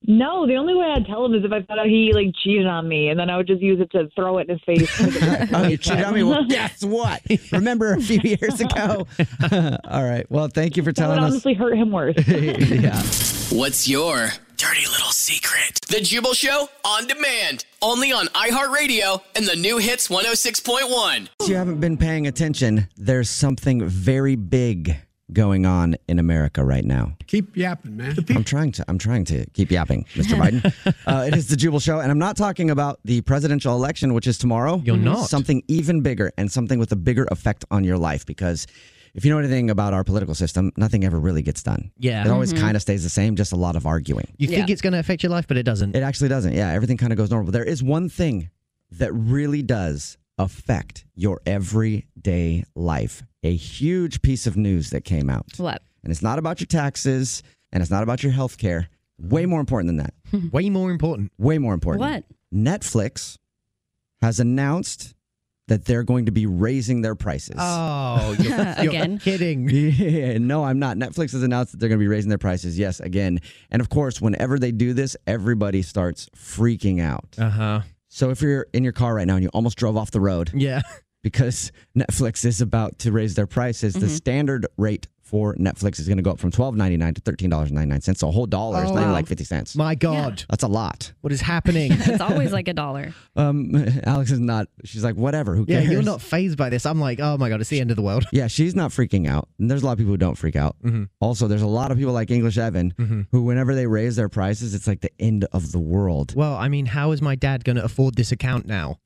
S17: No, the only way I'd tell him is if I found out he like cheated on me, and then I would just use it to throw it in his face.
S9: Oh, you cheated on me? Well, guess what? Remember a few years ago? All right. Well, thank you for
S17: That would
S9: telling us.
S17: honestly hurt him worse.
S9: yeah.
S6: What's your dirty little secret? The Jubal Show on demand, only on iHeartRadio and the new hits 106.1.
S9: If you haven't been paying attention, there's something very big going on in America right now.
S19: Keep yapping, man.
S9: I'm trying to. I'm trying to keep yapping, Mr. Biden. uh, it is the Jubal Show, and I'm not talking about the presidential election, which is tomorrow.
S12: You're not.
S9: something even bigger and something with a bigger effect on your life because. If you know anything about our political system, nothing ever really gets done.
S12: Yeah.
S9: It always
S12: Mhm.
S9: kind of stays the same, just a lot of arguing.
S12: You think it's going to affect your life, but it doesn't.
S9: It actually doesn't. Yeah, everything kind of goes normal. There is one thing that really does affect your everyday life. A huge piece of news that came out.
S11: What?
S9: And it's not about your taxes and it's not about your health care. Way more important than that.
S12: Way more important.
S9: Way more important.
S11: What?
S9: Netflix has announced that they're going to be raising their prices.
S12: Oh, you're, you're
S11: Again.
S12: kidding.
S9: Yeah, no, I'm not. Netflix has announced that they're going to be raising their prices. Yes, again. And of course, whenever they do this, everybody starts freaking out. Uh huh. So if you're in your car right now and you almost drove off the road,
S12: yeah,
S9: because Netflix is about to raise their prices, the
S12: Mhm.
S9: standard rate for Netflix is going to go up from twelve ninety nine to thirteen dollars ninety nine cents. So a whole dollar, it's
S12: Oh,
S9: not even
S12: wow.
S9: like fifty cents.
S12: My God.
S9: that's a lot.
S12: What is happening?
S11: It's always like a dollar.
S9: Um, Alex is not. She's like, whatever. Who
S12: yeah,
S9: cares?
S12: you're not phased by this. I'm like, oh my God, it's the end of the world. Mm-hmm.
S9: Yeah, she's not freaking out. And there's a lot of people who don't freak out. Also, there's a lot of people like English Evan who, whenever they raise their prices, it's like the end of the world.
S12: Well, I mean, how is my dad going to afford this account now?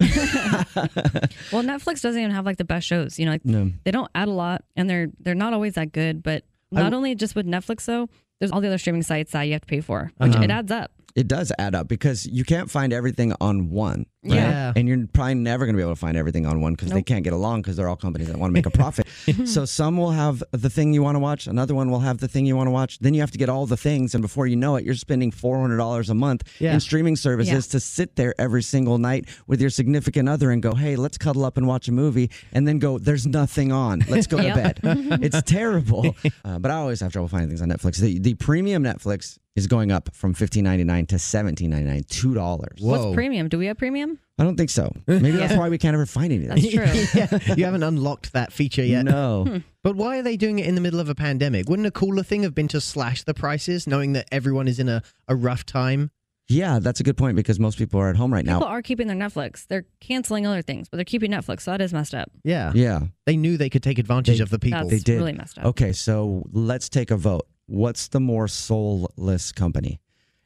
S11: Well, Netflix doesn't even have like the best shows. You know, like,
S9: No.
S11: they don't add a lot, and they're they're not always that good. But
S9: I
S11: not
S9: w-
S11: only just with Netflix though, there's all the other streaming sites that you have to pay for, which
S9: Uh-huh.
S11: it adds up.
S9: It does add up because you can't find everything on one. right?
S11: Yeah.
S9: And you're probably never going to be able to find everything on one because they
S11: Nope.
S9: can't get along because they're all companies that want to make a profit. so some will have the thing you want to watch, another one will have the thing you want to watch. Then you have to get all the things. And before you know it, you're spending $400 a month
S12: Yeah.
S9: in streaming services
S12: Yeah.
S9: to sit there every single night with your significant other and go, hey, let's cuddle up and watch a movie. And then go, there's nothing on. Let's go to bed.
S12: Yep.
S9: it's terrible. Uh, but I always have trouble finding things on Netflix. The, the premium Netflix is going up from fifteen ninety nine to seventeen ninety nine, two dollars.
S11: What's premium? Do we have premium?
S9: I don't think so. Maybe that's
S11: Yeah.
S9: why we can't ever find anything.
S11: That's true.
S12: Yeah, you haven't unlocked that feature yet.
S9: No. Hmm.
S12: But why are they doing it in the middle of a pandemic? Wouldn't a cooler thing have been to slash the prices, knowing that everyone is in a, a rough time?
S9: Yeah, that's a good point because most people are at home right
S11: People
S9: now.
S11: are keeping their Netflix. They're canceling other things, but they're keeping Netflix, so that is messed up.
S12: Yeah.
S9: Yeah.
S12: They knew they could take advantage of the people.
S11: That's
S9: they did.
S11: really messed up.
S9: Okay, so let's take a vote. What's the more soulless company?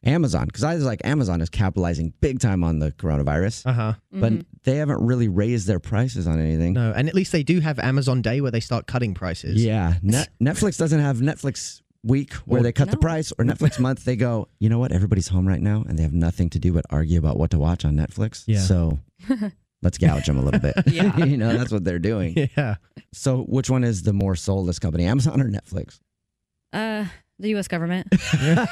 S9: Amazon, because I was like, Amazon is capitalizing big time on the coronavirus,
S12: Uh-huh.
S9: but
S11: Mm-hmm.
S12: Mhm.
S9: they haven't really raised their prices on anything.
S12: No, and at least they do have Amazon Day where they start cutting prices.
S9: Yeah, Net- Netflix doesn't have Netflix week where
S12: Or-
S9: they cut the price or Netflix month. They go, you know what? Everybody's home right now and they have nothing to do but argue about what to watch on Netflix.
S12: Yeah.
S9: So let's gouge them a little bit.
S12: Yeah.
S9: you know, that's what they're doing.
S12: Yeah.
S9: So which one is the more soulless company, Amazon or Netflix?
S11: Uh, the U.S. government.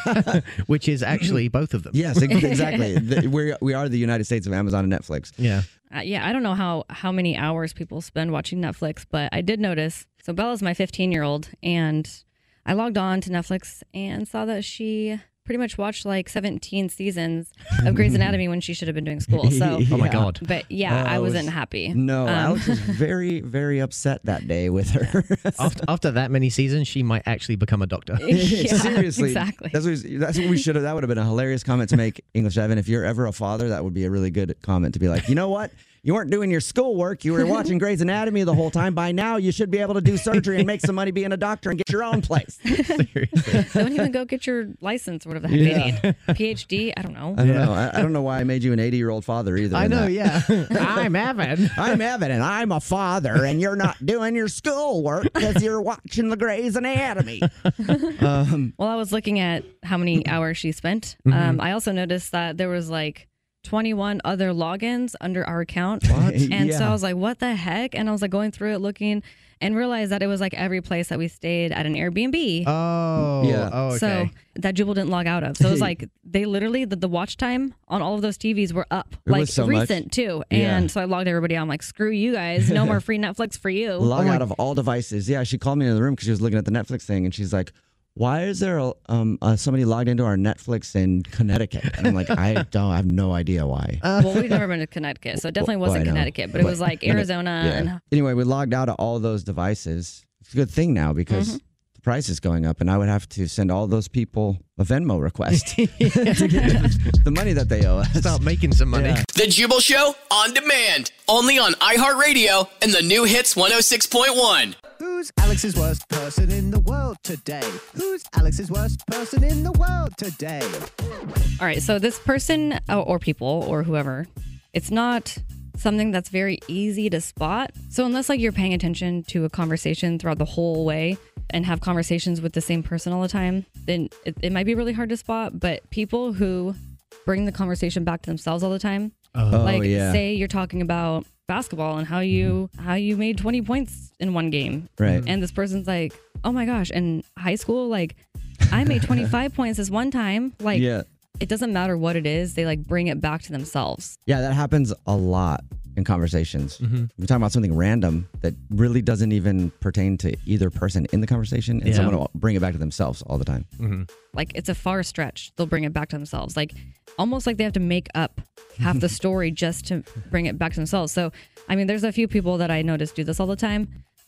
S12: Which is actually both of them.
S9: Yes, ex- exactly. The- We're, we are the United States of Amazon and Netflix.
S12: Yeah.
S11: Uh, yeah, I don't know how how many hours people spend watching Netflix, but I did notice. So Bella's my 15 year old, and I logged on to Netflix and saw that she pretty much watched like 17 seasons of Grey's Anatomy when she should have been doing school. So,
S9: Oh my God.
S11: But yeah, I
S9: Alex-
S11: wasn't happy.
S9: Oh, No,
S11: Um,
S9: Alex was very, very upset that day with her.
S12: after, after that many seasons, she might actually become a doctor.
S9: Seriously,
S11: exactly.
S9: That's what, that's what we should have. That would have been a hilarious comment to make, English Evan. If you're ever a father, that would be a really good comment to be like, you know what? You weren't doing your schoolwork. You were watching Grey's Anatomy the whole time. By now, you should be able to do surgery and make some money being a doctor and get your own place.
S11: Don't even go get your license, or whatever the heck they need. PhD, I don't know.
S9: I don't know. I, I don't know why I made you an 80 year old father either.
S12: I
S9: in
S12: know,
S9: that.
S12: yeah. I'm Evan.
S9: I'm Evan, and I'm a father, and you're not doing your schoolwork because you're watching the Grey's Anatomy. Um, Mm-hmm.
S11: Well, I was looking at how many hours she spent. Um, I also noticed that there was like 21 other logins under our account.
S9: What?
S11: And so
S9: Yeah.
S11: I was like, what the heck? And I was like going through it looking and realized that it was like every place that we stayed at an Airbnb.
S12: Oh,
S9: Yeah. oh,
S11: So
S9: okay.
S11: that Jubal didn't log out of. So it was like they literally, the, the watch time on all of those TVs were up,
S9: It
S11: like
S9: was so much.
S11: recent too.
S9: Yeah.
S11: And so I logged everybody out. I'm like, screw you guys. No more free Netflix for you.
S9: log out of all devices. Yeah, she called me in the room because she was looking at the Netflix thing, and she's like, "Why is there a, um uh, somebody logged into our Netflix in Connecticut?" And I'm like, "I don't. I have no idea why."
S11: Uh, well, we've never been to Connecticut, so it definitely
S9: Uh, Well, I
S11: wasn't
S9: know,
S11: Connecticut, but it was like Arizona
S9: Yeah.
S11: and
S9: Anyway, we logged out of all those devices. It's a good thing now because.
S11: Mhm.
S9: The price is going up, and I would have to send all those people a Venmo request to get the, the money that they owe us. Stop
S12: making some money.
S6: The Jubal Show on demand, only on iHeartRadio and the new hits 106.1.
S7: Who's Alex's worst person in the world today? Who's Alex's worst person in the world today?
S11: All right, so this person uh, or people or whoever, it's not something that's very easy to spot. So unless like you're paying attention to a conversation throughout the whole way and have conversations with the same person all the time, then it, it might be really hard to spot. But people who bring the conversation back to themselves all the time,
S9: Oh. Oh,
S11: like
S9: yeah. Mm-hmm.
S11: say you're talking about basketball and how you how you made 20 points in one game,
S9: Right.
S11: And this person's like, oh my gosh, in high school, like I made 25 points this one time, like
S9: Yeah.
S11: it doesn't matter what it is they like bring it back to themselves
S9: Yeah, that happens a lot in conversations. We're talking about something random that really doesn't even pertain to either person in the conversation, and
S11: Yeah.
S9: someone will bring it back to themselves all the time.
S11: like it's a far stretch they'll bring it back to themselves like almost like they have to make up half the story just to bring it back to themselves so i mean there's a few people that i notice do this all the time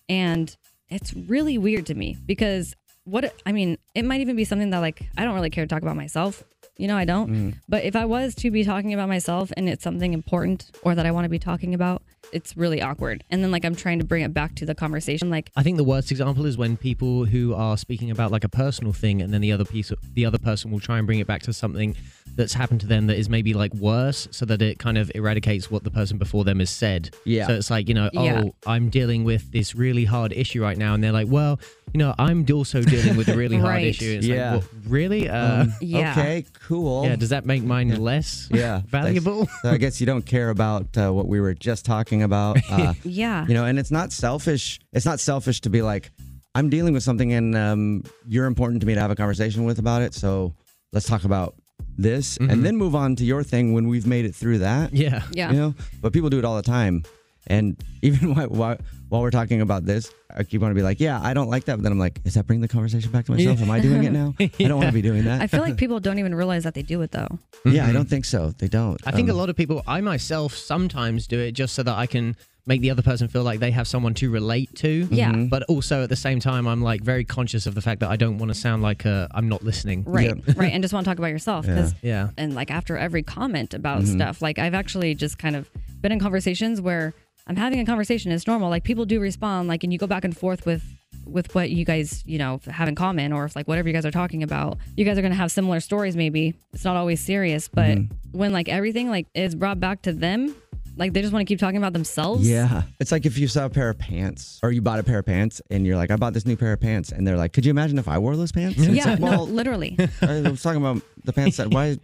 S11: and it's really weird to me because what i mean it might even be something that like i don't really care to talk about myself you know i don't
S9: Mm.
S11: but if i was to be talking about myself and it's something important or that i want to be talking about it's really awkward and then like i'm trying to bring it back to the conversation like
S12: I think the worst example is when people who are speaking about like a personal thing, and then the other piece, the other person will try and bring it back to something that's happened to them that is maybe like worse, so that it kind of eradicates what the person before them has said.
S9: Yeah.
S12: So it's like you know, oh,
S9: Yeah.
S12: I'm dealing with this really hard issue right now, and they're like, well, you know, I'm also dealing with a really hard
S9: Right.
S12: issue. And it's
S9: Yeah.
S12: Like, well, really? Uh,
S9: Um, Yeah. okay, Cool.
S12: Yeah. Does that make mine less?
S9: Yeah.
S12: Valuable?
S9: Thanks. So I guess you don't care about uh, what we were just talking about. Uh,
S11: Yeah.
S9: You know, and it's not selfish. It's not selfish to be like, I'm dealing with something and um, you're important to me to have a conversation with about it. So let's talk about this and then move on to your thing when we've made it through that.
S12: Mm-hmm. Yeah.
S11: Yeah.
S9: You know, but people do it all the time. And even while, while, while we're talking about this, I keep wanting to be like, yeah, I don't like that. But then I'm like, is that bringing the conversation back to myself? Am I doing it now? I don't want to be doing that.
S11: I feel like people don't even realize that they do it though.
S9: Yeah, I don't think so. They don't.
S12: I think
S9: Um,
S12: a lot of people, I myself, sometimes do it just so that I can make the other person feel like they have someone to relate to.
S11: Yeah. Mhm.
S12: But also at the same time, I'm like very conscious of the fact that I don't want to sound like uh, I'm not listening.
S11: Right, right. And just want to talk about yourself. 'cause-
S12: Yeah.
S11: And like after every comment about
S9: Mm-hmm.
S12: Mhm.
S11: stuff, like I've actually just kind of been in conversations where I'm having a conversation. It's normal. Like people do respond, like, and you go back and forth with with what you guys, you know, have in common or if like whatever you guys are talking about, you guys are going to have similar stories maybe. It's not always serious, but
S9: Mm-hmm.
S11: when like everything like is brought back to them, like they just want to keep talking about themselves.
S9: Yeah. It's like if you saw a pair of pants or you bought a pair of pants and you're like, I bought this new pair of pants. And they're like, could you imagine if I wore those pants? And it's
S11: Yeah,
S9: like,
S11: no,
S9: well,
S11: literally.
S9: I was talking about the pants that why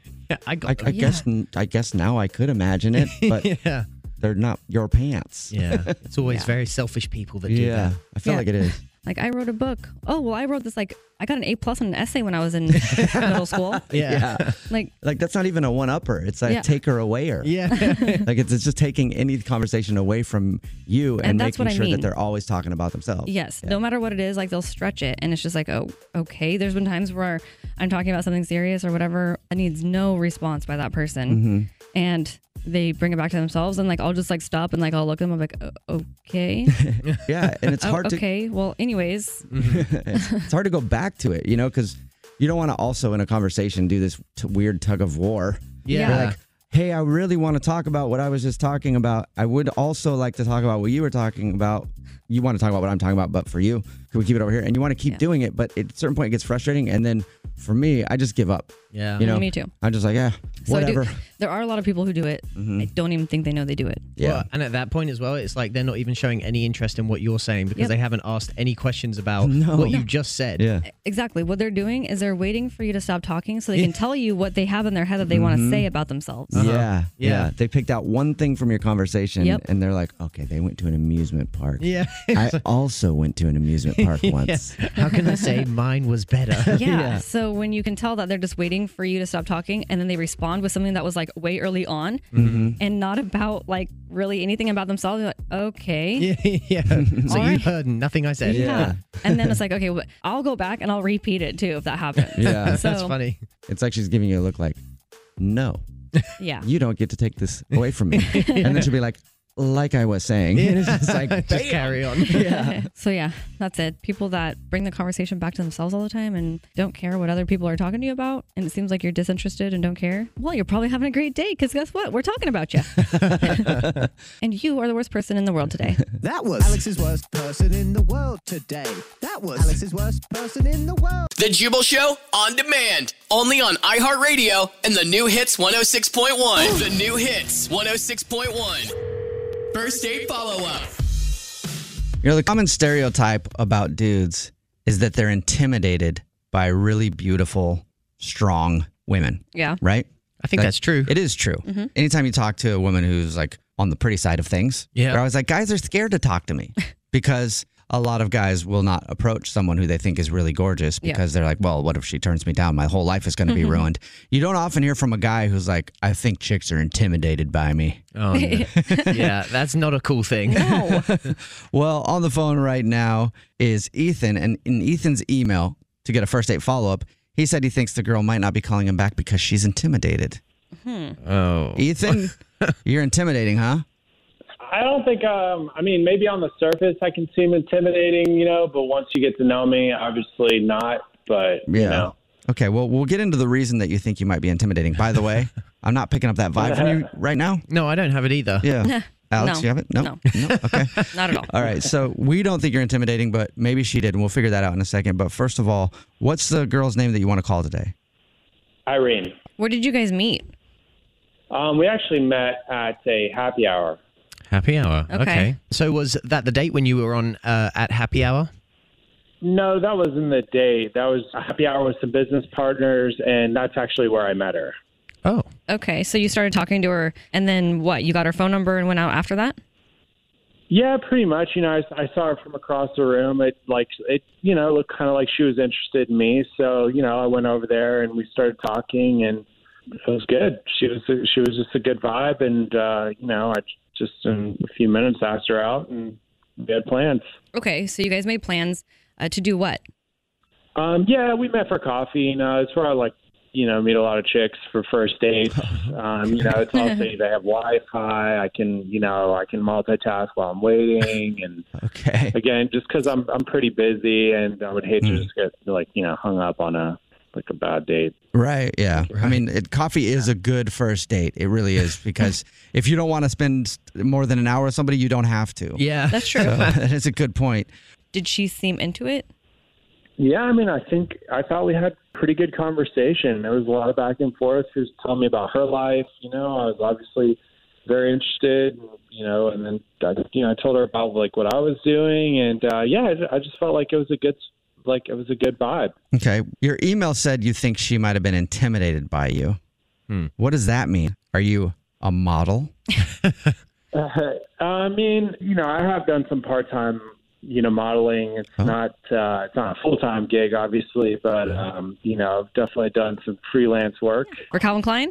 S12: I,
S9: I,
S11: them.
S9: guess I guess now I could imagine it, but
S12: yeah.
S9: they're not your pants.
S12: Yeah. It's always very selfish people that do
S9: yeah.
S12: that.
S9: I feel
S11: Yeah.
S9: like it is.
S11: Like I wrote a book. Oh well, I wrote this like I got an A plus on an essay when I was in middle school.
S9: Yeah.
S11: Like,
S9: Like that's not even a one upper. It's a
S11: Yeah.
S9: take her awayer.
S11: Yeah.
S9: like it's, it's just taking any conversation away from you and,
S11: And that's
S9: making
S11: what I
S9: sure that
S11: mean.
S9: they're always talking about themselves.
S11: yes, no matter what it is, like they'll stretch it, and it's just like, oh, okay. There's been times where I'm talking about something serious or whatever that needs no response by that person,
S9: Mhm.
S11: and they bring it back to themselves, and like I'll just like stop and like I'll look at them, I'm like, "O- okay,
S9: Yeah. And it's
S11: Oh,
S9: hard to
S11: Okay, well, anyways,
S9: it's hard to go back to it, you know, because you don't want to also in a conversation do this t- weird tug of war.
S11: Yeah.
S9: You're like, hey, I really want to talk about what I was just talking about. I would also like to talk about what you were talking about. You want to talk about what I'm talking about, but for you, can we keep it over here? And you want to keep doing it, but at a certain point it gets frustrating. And then for me, I just give up.
S12: Yeah.
S9: You know,
S11: Me too.
S9: I'm just like, yeah,
S11: So I do-
S9: whatever. Mm-hmm.
S11: there are a lot of people who do it. I don't even think they know they do it.
S12: Yeah. and at that point as well, it's like they're not even showing any interest in what you're saying because
S11: Yep.
S12: they haven't asked any questions about
S9: No.
S12: what
S9: No.
S12: you just said.
S9: Yeah.
S11: Exactly. What they're doing is they're waiting for you to stop talking so they can tell you what they have in their head that they want
S9: Mhm.
S11: to say about themselves.
S9: Yeah, yeah,
S12: Mm-hmm. Uh-huh. Yeah.
S9: They picked out one thing from your conversation,
S11: Yep.
S9: and they're like, "Okay, they went to an amusement park.
S12: Yeah.
S9: I also went to an amusement park
S12: Yeah.
S9: once.
S12: How can I say mine was better?
S11: Yeah. So when you can tell that they're just waiting for you to stop talking and then they respond with something that was like way early on
S12: Mhm.
S11: and not about like really anything about themselves, you're like, okay.
S12: Yeah. yeah. So
S11: All
S12: you
S11: right.
S12: heard nothing I said.
S11: Yeah. and then it's like, okay, well, I'll go back and I'll repeat it too if that happens.
S9: Yeah.
S11: So,
S9: It's like she's giving you a look like, no,
S11: Yeah.
S9: you don't get to take this away from me. And then she'll be like, like I was saying. And it's just like,
S12: Just carry on.
S9: Yeah.
S11: so yeah, that's it. People that bring the conversation back to themselves all the time and don't care what other people are talking to you about, and it seems like you're disinterested and don't care. Well, you're probably having a great day because guess what? We're talking about you, and you are the worst person in the world today.
S7: That was Alex's worst person in the world today. That was Alex's worst person in the world.
S6: The Jubal Show on demand, only on iHeartRadio and the new hits 106.1. The new hits 106.1. First date follow up.
S9: You know, the common stereotype about dudes is that they're intimidated by really beautiful, strong women.
S11: Yeah.
S9: Right?
S12: I think that's true. Mm-hmm.
S9: It is true.
S11: Mhm.
S9: Anytime you talk to a woman who's like on the pretty side of things,
S12: Yeah.
S9: they're always like, guys are scared to talk to me because a lot of guys will not approach someone who they think is really gorgeous
S12: Yeah.
S9: because they're like, well, what if she turns me down? My whole life is going to be
S12: Mhm.
S9: ruined. You don't often hear from a guy who's like, I think chicks are intimidated by me.
S12: Oh, no. yeah. That's not a cool thing.
S9: Well, on the phone right now is Ethan, and in Ethan's email to get a first date follow up, he said he thinks the girl might not be calling him back because she's intimidated.
S11: Hmm.
S9: Oh, Ethan, you're intimidating, huh?
S18: I don't think. Um, I mean, maybe on the surface I can seem intimidating, you know, but once you get to know me, obviously not. But
S9: Yeah.
S18: you know,
S9: Okay, well, we'll get into the reason that you think you might be intimidating. By the way, I'm not picking up that vibe from you right now.
S12: No, I don't have it either.
S9: Yeah. Alex,
S11: No.
S9: you have it? No.
S11: No.
S9: Okay.
S11: Not at all.
S9: All right. So we don't think you're intimidating, but maybe she did, and we'll figure that out in a second. But first of all, what's the girl's name that you want to call today?
S18: Irene,
S11: Where did you guys meet?
S18: um, we actually met at a happy hour.
S12: Happy hour.
S18: Okay.
S12: So was that the date when you were on uh, at happy hour?
S18: No, that wasn't the date. That was a happy hour with some business partners, and that's actually where I met her.
S11: Okay, so you started talking to her, and then what? You got her phone number and went out after that?
S18: Yeah, pretty much. You know, I, I saw her from across the room. It like it, you know, looked kind of like she was interested in me. So you know, I went over there and we started talking, and it was good. She was she was just a good vibe, and uh, you know, I just in a few minutes asked her out, and we had plans.
S11: Okay, so you guys made plans uh, to do what?
S18: Um, yeah, we met for coffee. You know, it's where I like, you know, meet a lot of chicks for first dates. Um, you know, it's also they have Wi-Fi. I can, you know, I can multitask while I'm waiting. And
S9: okay,
S18: again, just because I'm I'm pretty busy, and I would hate to just get like you know hung up on a like a bad date.
S9: Right. Yeah. I mean, it, coffee is a good first date. It really is because if you don't want to spend more than an hour with somebody, you don't have to.
S12: Yeah.
S11: That's true.
S9: So, that is a good point.
S11: Did she seem into it?
S18: Yeah, I mean, I think I thought we had pretty good conversation. There was a lot of back and forth. She was telling me about her life. You know, I was obviously very interested. You know, and then I, you know, I told her about like what I was doing, and uh, yeah, I ju- I just felt like it was a good, like it was a good vibe.
S9: Okay. Your email said you think she might have been intimidated by you. What does that mean? Are you a model?
S18: Uh, I mean, you know, I have done some part time you know, modeling. It's not uh, it's not a full time gig, obviously, but um, you know, I've definitely done some freelance work.
S11: For Calvin Klein?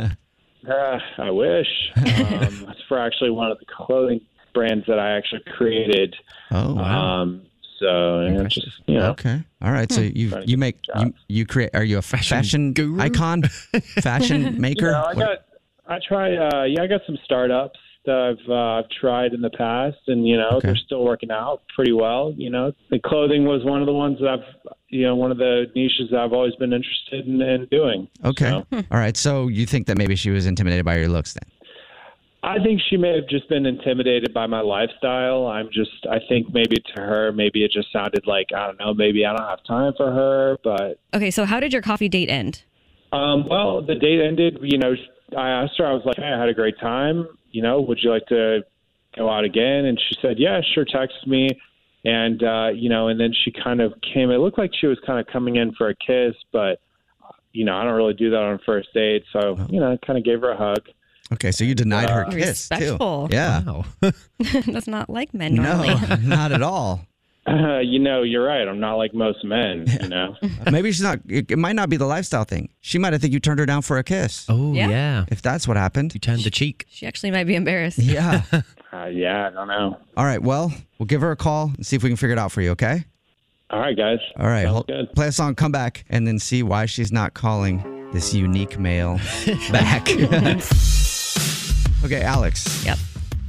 S18: Uh, I wish. Um, that's for actually one of the clothing brands that I actually created.
S9: Oh, wow.
S18: Um, so you know, just you know,
S9: Okay. All right. So you you make you, you create. Are you a fashion, guru? icon, fashion maker?
S18: You know, I got, I try. Uh, yeah, I got some startups that I've uh, I've tried in the past, and you know they're still working out pretty well. You know, the clothing was one of the ones that I've you know one of the niches that I've always been interested in, in doing.
S9: okay. All right. So you think that maybe she was intimidated by your looks then?
S18: I think she may have just been intimidated by my lifestyle. I'm just, I think maybe to her, maybe it just sounded like, I don't know, maybe I don't have time for her. But,
S11: Okay, so how did your coffee date end?
S18: um, well, the date ended, you know, I asked her, I was like, hey, I had a great time. You know, would you like to go out again? And she said, yeah, sure, text me. And, uh, you know, and then she kind of came, it looked like she was kind of coming in for a kiss, but, uh, you know, I don't really do that on first date. So, you know, I kind of gave her a hug.
S9: Okay. So you denied her
S18: Uh,
S9: kiss
S11: Respectful.
S9: too. Yeah.
S11: That's not like men normally.
S9: No, not at all.
S18: Uh, you know, you're right. I'm not like most men, you know.
S9: Maybe she's not. It, it might not be the lifestyle thing. She might have think you turned her down for a kiss.
S12: Oh
S11: Yeah.
S9: If that's what happened, you turned the cheek.
S11: She actually might be embarrassed.
S9: Yeah.
S18: Uh, yeah, I don't know.
S9: All right. Well, we'll give her a call and see if we can figure it out for you. Okay.
S18: All right, guys.
S9: All right. Hold, play a song. Come back and then see why she's not calling this unique male back. okay, Alex.
S11: Yep.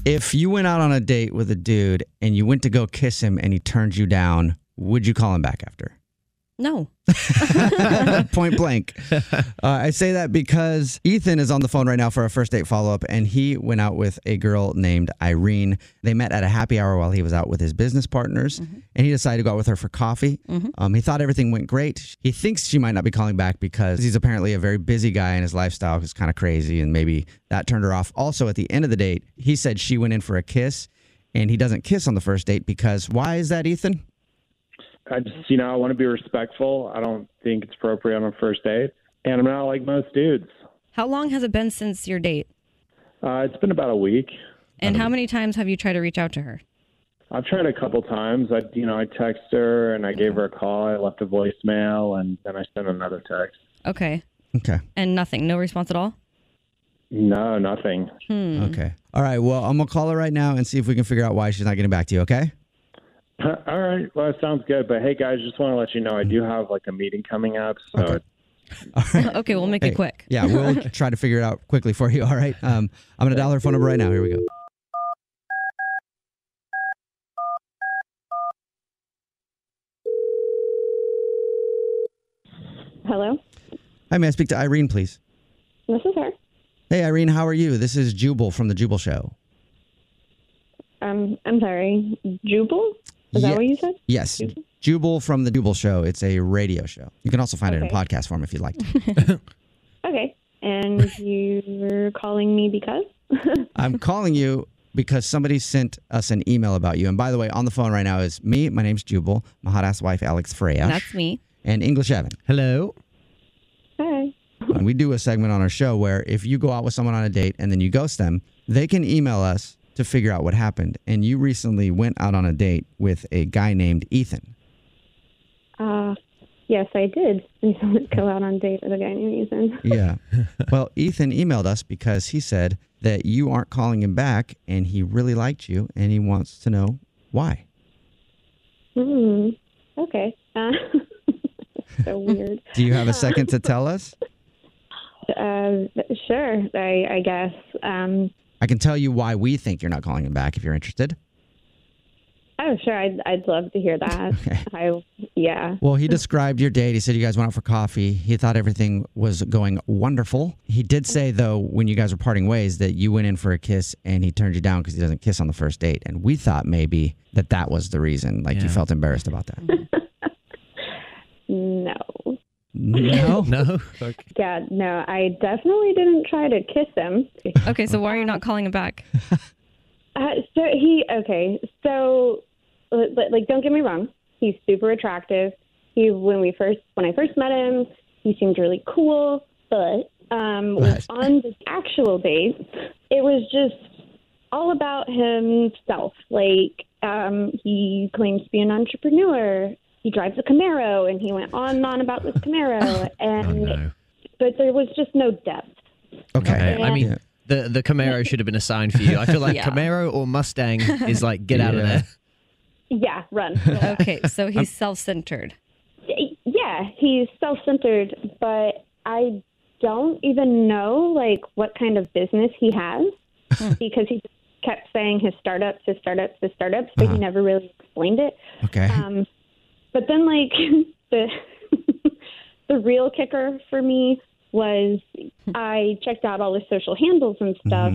S9: If you went out on a date with a dude and you went to go kiss him and he turned you down, would you call him back after?
S11: No.
S9: Point blank. Uh, I say that because Ethan is on the phone right now for a first date follow up, and he went out with a girl named Irene. They met at a happy hour while he was out with his business partners, and he decided to go out with her for coffee.
S11: Mhm.
S9: Um, he thought everything went great. He thinks she might not be calling back because he's apparently a very busy guy, and his lifestyle is kind of crazy, and maybe that turned her off. Also, at the end of the date, he said she went in for a kiss, and he doesn't kiss on the first date because why is that, Ethan?
S18: I just, you know, I want to be respectful. I don't think it's appropriate on a first date. And I'm not like most dudes.
S11: How long has it been since your date?
S18: Uh, it's been about a week.
S9: Um,
S11: And how many times have you tried to reach out to her?
S18: I've tried a couple times. I, you know, I text her and I gave her a call. I left a voicemail and then I sent another text.
S11: Okay.
S9: Okay.
S11: And nothing. No response at all?
S18: No, nothing.
S11: Hmm.
S9: Okay. All right. Well, I'm gonna call her right now and see if we can figure out why she's not getting back to you. Okay.
S18: All right. Well, it sounds good. But hey, guys, just want to let you know I do have like a meeting coming up. So
S11: okay, we'll make
S9: Hey,
S11: it quick.
S9: Yeah, we'll try to figure it out quickly for you. All right. Um, I'm gonna dial her phone number right now. Here we go.
S19: Hello,
S9: Hi, may I speak to Irene, please?
S19: this is her.
S9: Hey, Irene, how are you? This is Jubal from the Jubal Show.
S19: Um, I'm sorry, Jubal. Is that
S9: Yeah.
S19: what you said?
S9: Yes, Jubal from the Jubal Show. It's a radio show. You can also find it in
S19: Okay.
S9: podcast form if you'd like.
S19: Okay, and you're calling me because
S9: I'm calling you because somebody sent us an email about you. And by the way, on the phone right now is me. My name's Jubal. My hot ass wife, Alex Freya.
S11: That's me.
S9: and English Evan. Hello.
S19: Hi.
S9: And we do a segment on our show where if you go out with someone on a date and then you ghost them, they can email us to figure out what happened. And you recently went out on a date with a guy named Ethan.
S19: Uh, yes, I did recently go out on a date with a guy named Ethan.
S9: Yeah. well, Ethan emailed us because he said that you aren't calling him back and he really liked you and he wants to know why.
S19: Hmm. Okay. Uh, so weird.
S9: Do you have a second to tell us?
S19: Uh, sure. I I guess. Um.
S9: I can tell you why we think you're not calling him back if you're interested.
S19: Oh, sure. I'd I'd love to hear that. I yeah.
S9: Well, he described your date. He said you guys went out for coffee. He thought everything was going wonderful. He did say, though, when you guys were parting ways, that you went in for a kiss and he turned you down because he doesn't kiss on the first date. And we thought maybe that that was the reason. Like you felt embarrassed about that.
S19: No.
S9: No, no.
S19: Yeah. No. I definitely didn't try to kiss him.
S11: Okay, so why are you not calling him back?
S19: Uh, so he okay. So li- li- like, don't get me wrong. He's super attractive. He when we first when I first met him, he seemed really cool. But um,
S20: Right.
S19: on the actual date, it was just all about himself. Like um, he claims to be an entrepreneur. He drives a Camaro, and he went on and on about this Camaro. and but there was just no depth.
S12: Okay. I
S19: Yeah.
S12: mean, the, the Camaro should have been assigned for you. I feel like
S19: Yeah.
S12: Camaro or Mustang is like, get out of
S9: Yeah.
S12: there.
S19: Yeah, run.
S11: okay, so he's self-centered.
S19: yeah, he's self-centered, but I don't even know like what kind of business he has because he just kept saying his startups, his startups, his startups, but he never really explained it.
S9: Okay.
S19: Um, but then like the the real kicker for me was I checked out all his social handles and stuff,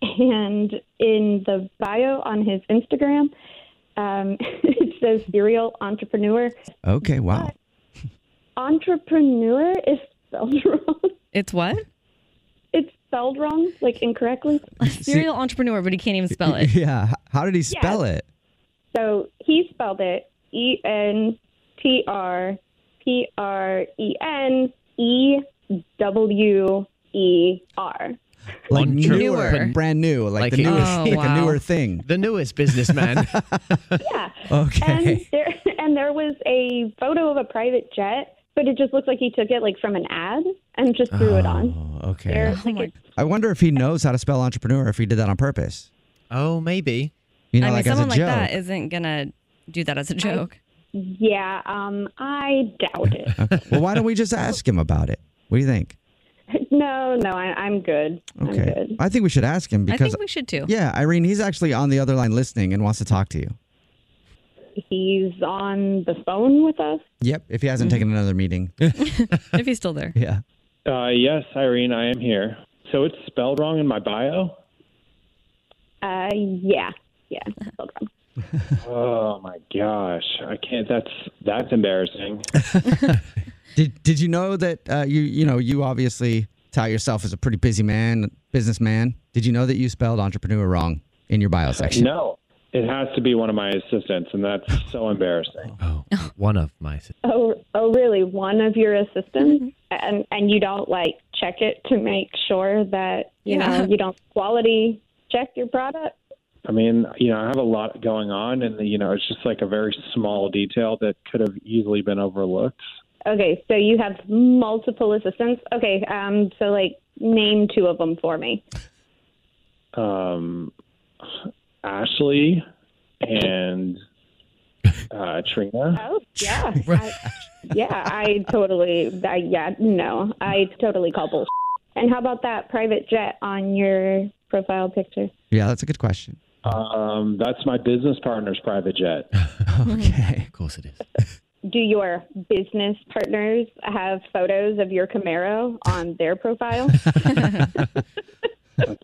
S19: and in the bio on his Instagram, um, it says serial entrepreneur.
S9: Okay, wow.
S19: Entrepreneur is spelled wrong.
S11: It's what?
S19: It's spelled wrong, like incorrectly.
S11: Serial entrepreneur, but he can't even spell it.
S9: Yeah. h- How did he
S19: Yeah.
S9: spell it?
S19: So he spelled it E N T R P R E N E W E R.
S9: Like
S12: Entrepreneur.
S9: newer, brand new, like, the
S12: it-
S9: newest,
S12: Oh,
S9: like
S12: wow.
S9: a newer thing.
S12: The newest businessman.
S19: And
S9: Okay.
S19: there and there was a photo of a private jet, but it just looked like he took it like from an ad and just threw it on.
S9: Oh, okay.
S19: There, like, it-
S9: I wonder if he knows how to spell entrepreneur. If he did that on purpose.
S12: Oh, maybe.
S9: You know,
S11: I mean,
S9: like as a
S11: someone like
S9: joke.
S11: that isn't gonna do that as a joke.
S19: yeah, um, I doubt it.
S9: Okay. well, why don't we just ask him about it? What do you think?
S19: No, no, I, I'm good. I'm
S9: Okay.
S19: good.
S9: I think we should ask him
S19: I
S9: because
S19: think we should too.
S9: Yeah, Irene, he's actually on the other line listening and wants to talk to you.
S19: He's on the phone with us.
S9: Yep, if he hasn't
S19: Mm-hmm.
S9: taken another meeting.
S11: if he's still there.
S9: Yeah.
S18: Uh, yes, Irene, I am here. So it's spelled wrong in my bio.
S19: Uh, yeah, yeah. spelled wrong.
S18: Oh my gosh, I can't. That's that's embarrassing.
S9: Did Did you know that uh, you you know you obviously tout yourself as a pretty busy man, businessman? Did you know that you spelled entrepreneur wrong in your bio section?
S18: No, it has to be one of my assistants, and that's so embarrassing.
S12: One of my.
S19: Oh, oh, really? One of your
S11: Mm-hmm.
S19: assistants, and and you don't like check it to make sure that you
S11: Yeah.
S19: know you don't quality check your product.
S18: I mean, you know, I have a lot going on, and you know, it's just like a very small detail that could have easily been overlooked.
S19: Okay, so you have multiple assistants. Okay, um, so like name two of them for me.
S18: Um, Ashley and uh, Trina.
S19: Oh, yeah, I, yeah. I totally. I, yeah, no, I totally call bullshit. And how about that private jet on your profile picture?
S9: Yeah, that's a good question.
S18: Um, that's my business partner's private jet.
S9: okay.
S12: Of course it is.
S19: Do your business partners have photos of your Camaro on their profile?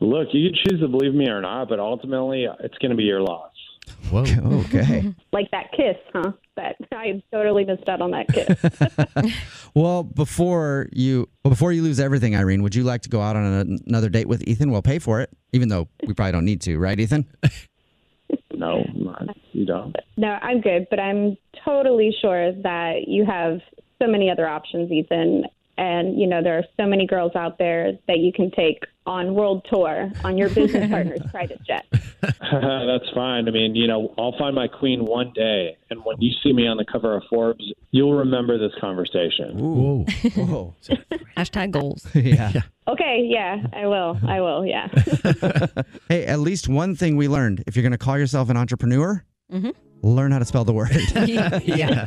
S18: Look, you can choose to believe me or not, but ultimately, uh, it's going to be your loss.
S12: Whoa.
S9: Okay.
S19: like that kiss, huh? That I totally missed out on that kiss.
S9: well, before you well, before you lose everything, Irene, would you like to go out on an, another date with Ethan? We'll pay for it, even though we probably don't need to, right, Ethan?
S18: No, not, you don't.
S19: No, I'm good, but I'm totally sure that you have so many other options, Ethan. And you know there are so many girls out there that you can take on world tour on your business partner's private jet.
S18: That's fine. I mean, you know, I'll find my queen one day, and when you see me on the cover of Forbes, you'll remember this conversation.
S9: Whoa. Whoa.
S11: Hashtag goals.
S9: yeah.
S19: Okay, yeah, I will. I will. Yeah.
S9: Hey, at least one thing we learned: if you're going to call yourself an entrepreneur,
S11: Mm-hmm.
S19: Mhm.
S9: learn how to spell the word.
S12: yeah.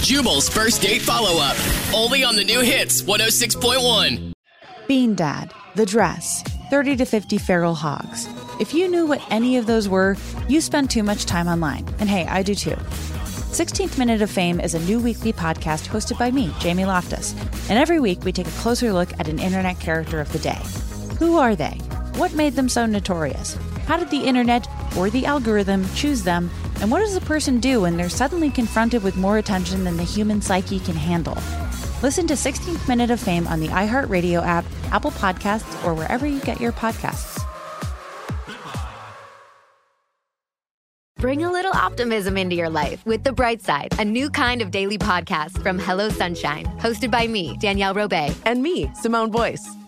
S6: Jubal's first date follow up. Only on the new hits 106.1.
S21: Bean Dad, The Dress, 30 to 50 Feral Hogs. If you knew what any of those were, you spend too much time online. And hey, I do too. 16th Minute of Fame is a new weekly podcast hosted by me, Jamie Loftus. And every week we take a closer look at an internet character of the day. Who are they? What made them so notorious? How did the internet or the algorithm choose them? And what does a person do when they're suddenly confronted with more attention than the human psyche can handle? Listen to 16th Minute of Fame on the iHeartRadio app, Apple Podcasts, or wherever you get your podcasts.
S22: Bring a little optimism into your life with The Bright Side, a new kind of daily podcast from Hello Sunshine, hosted by me, Danielle Robay,
S1: and me, Simone Boyce.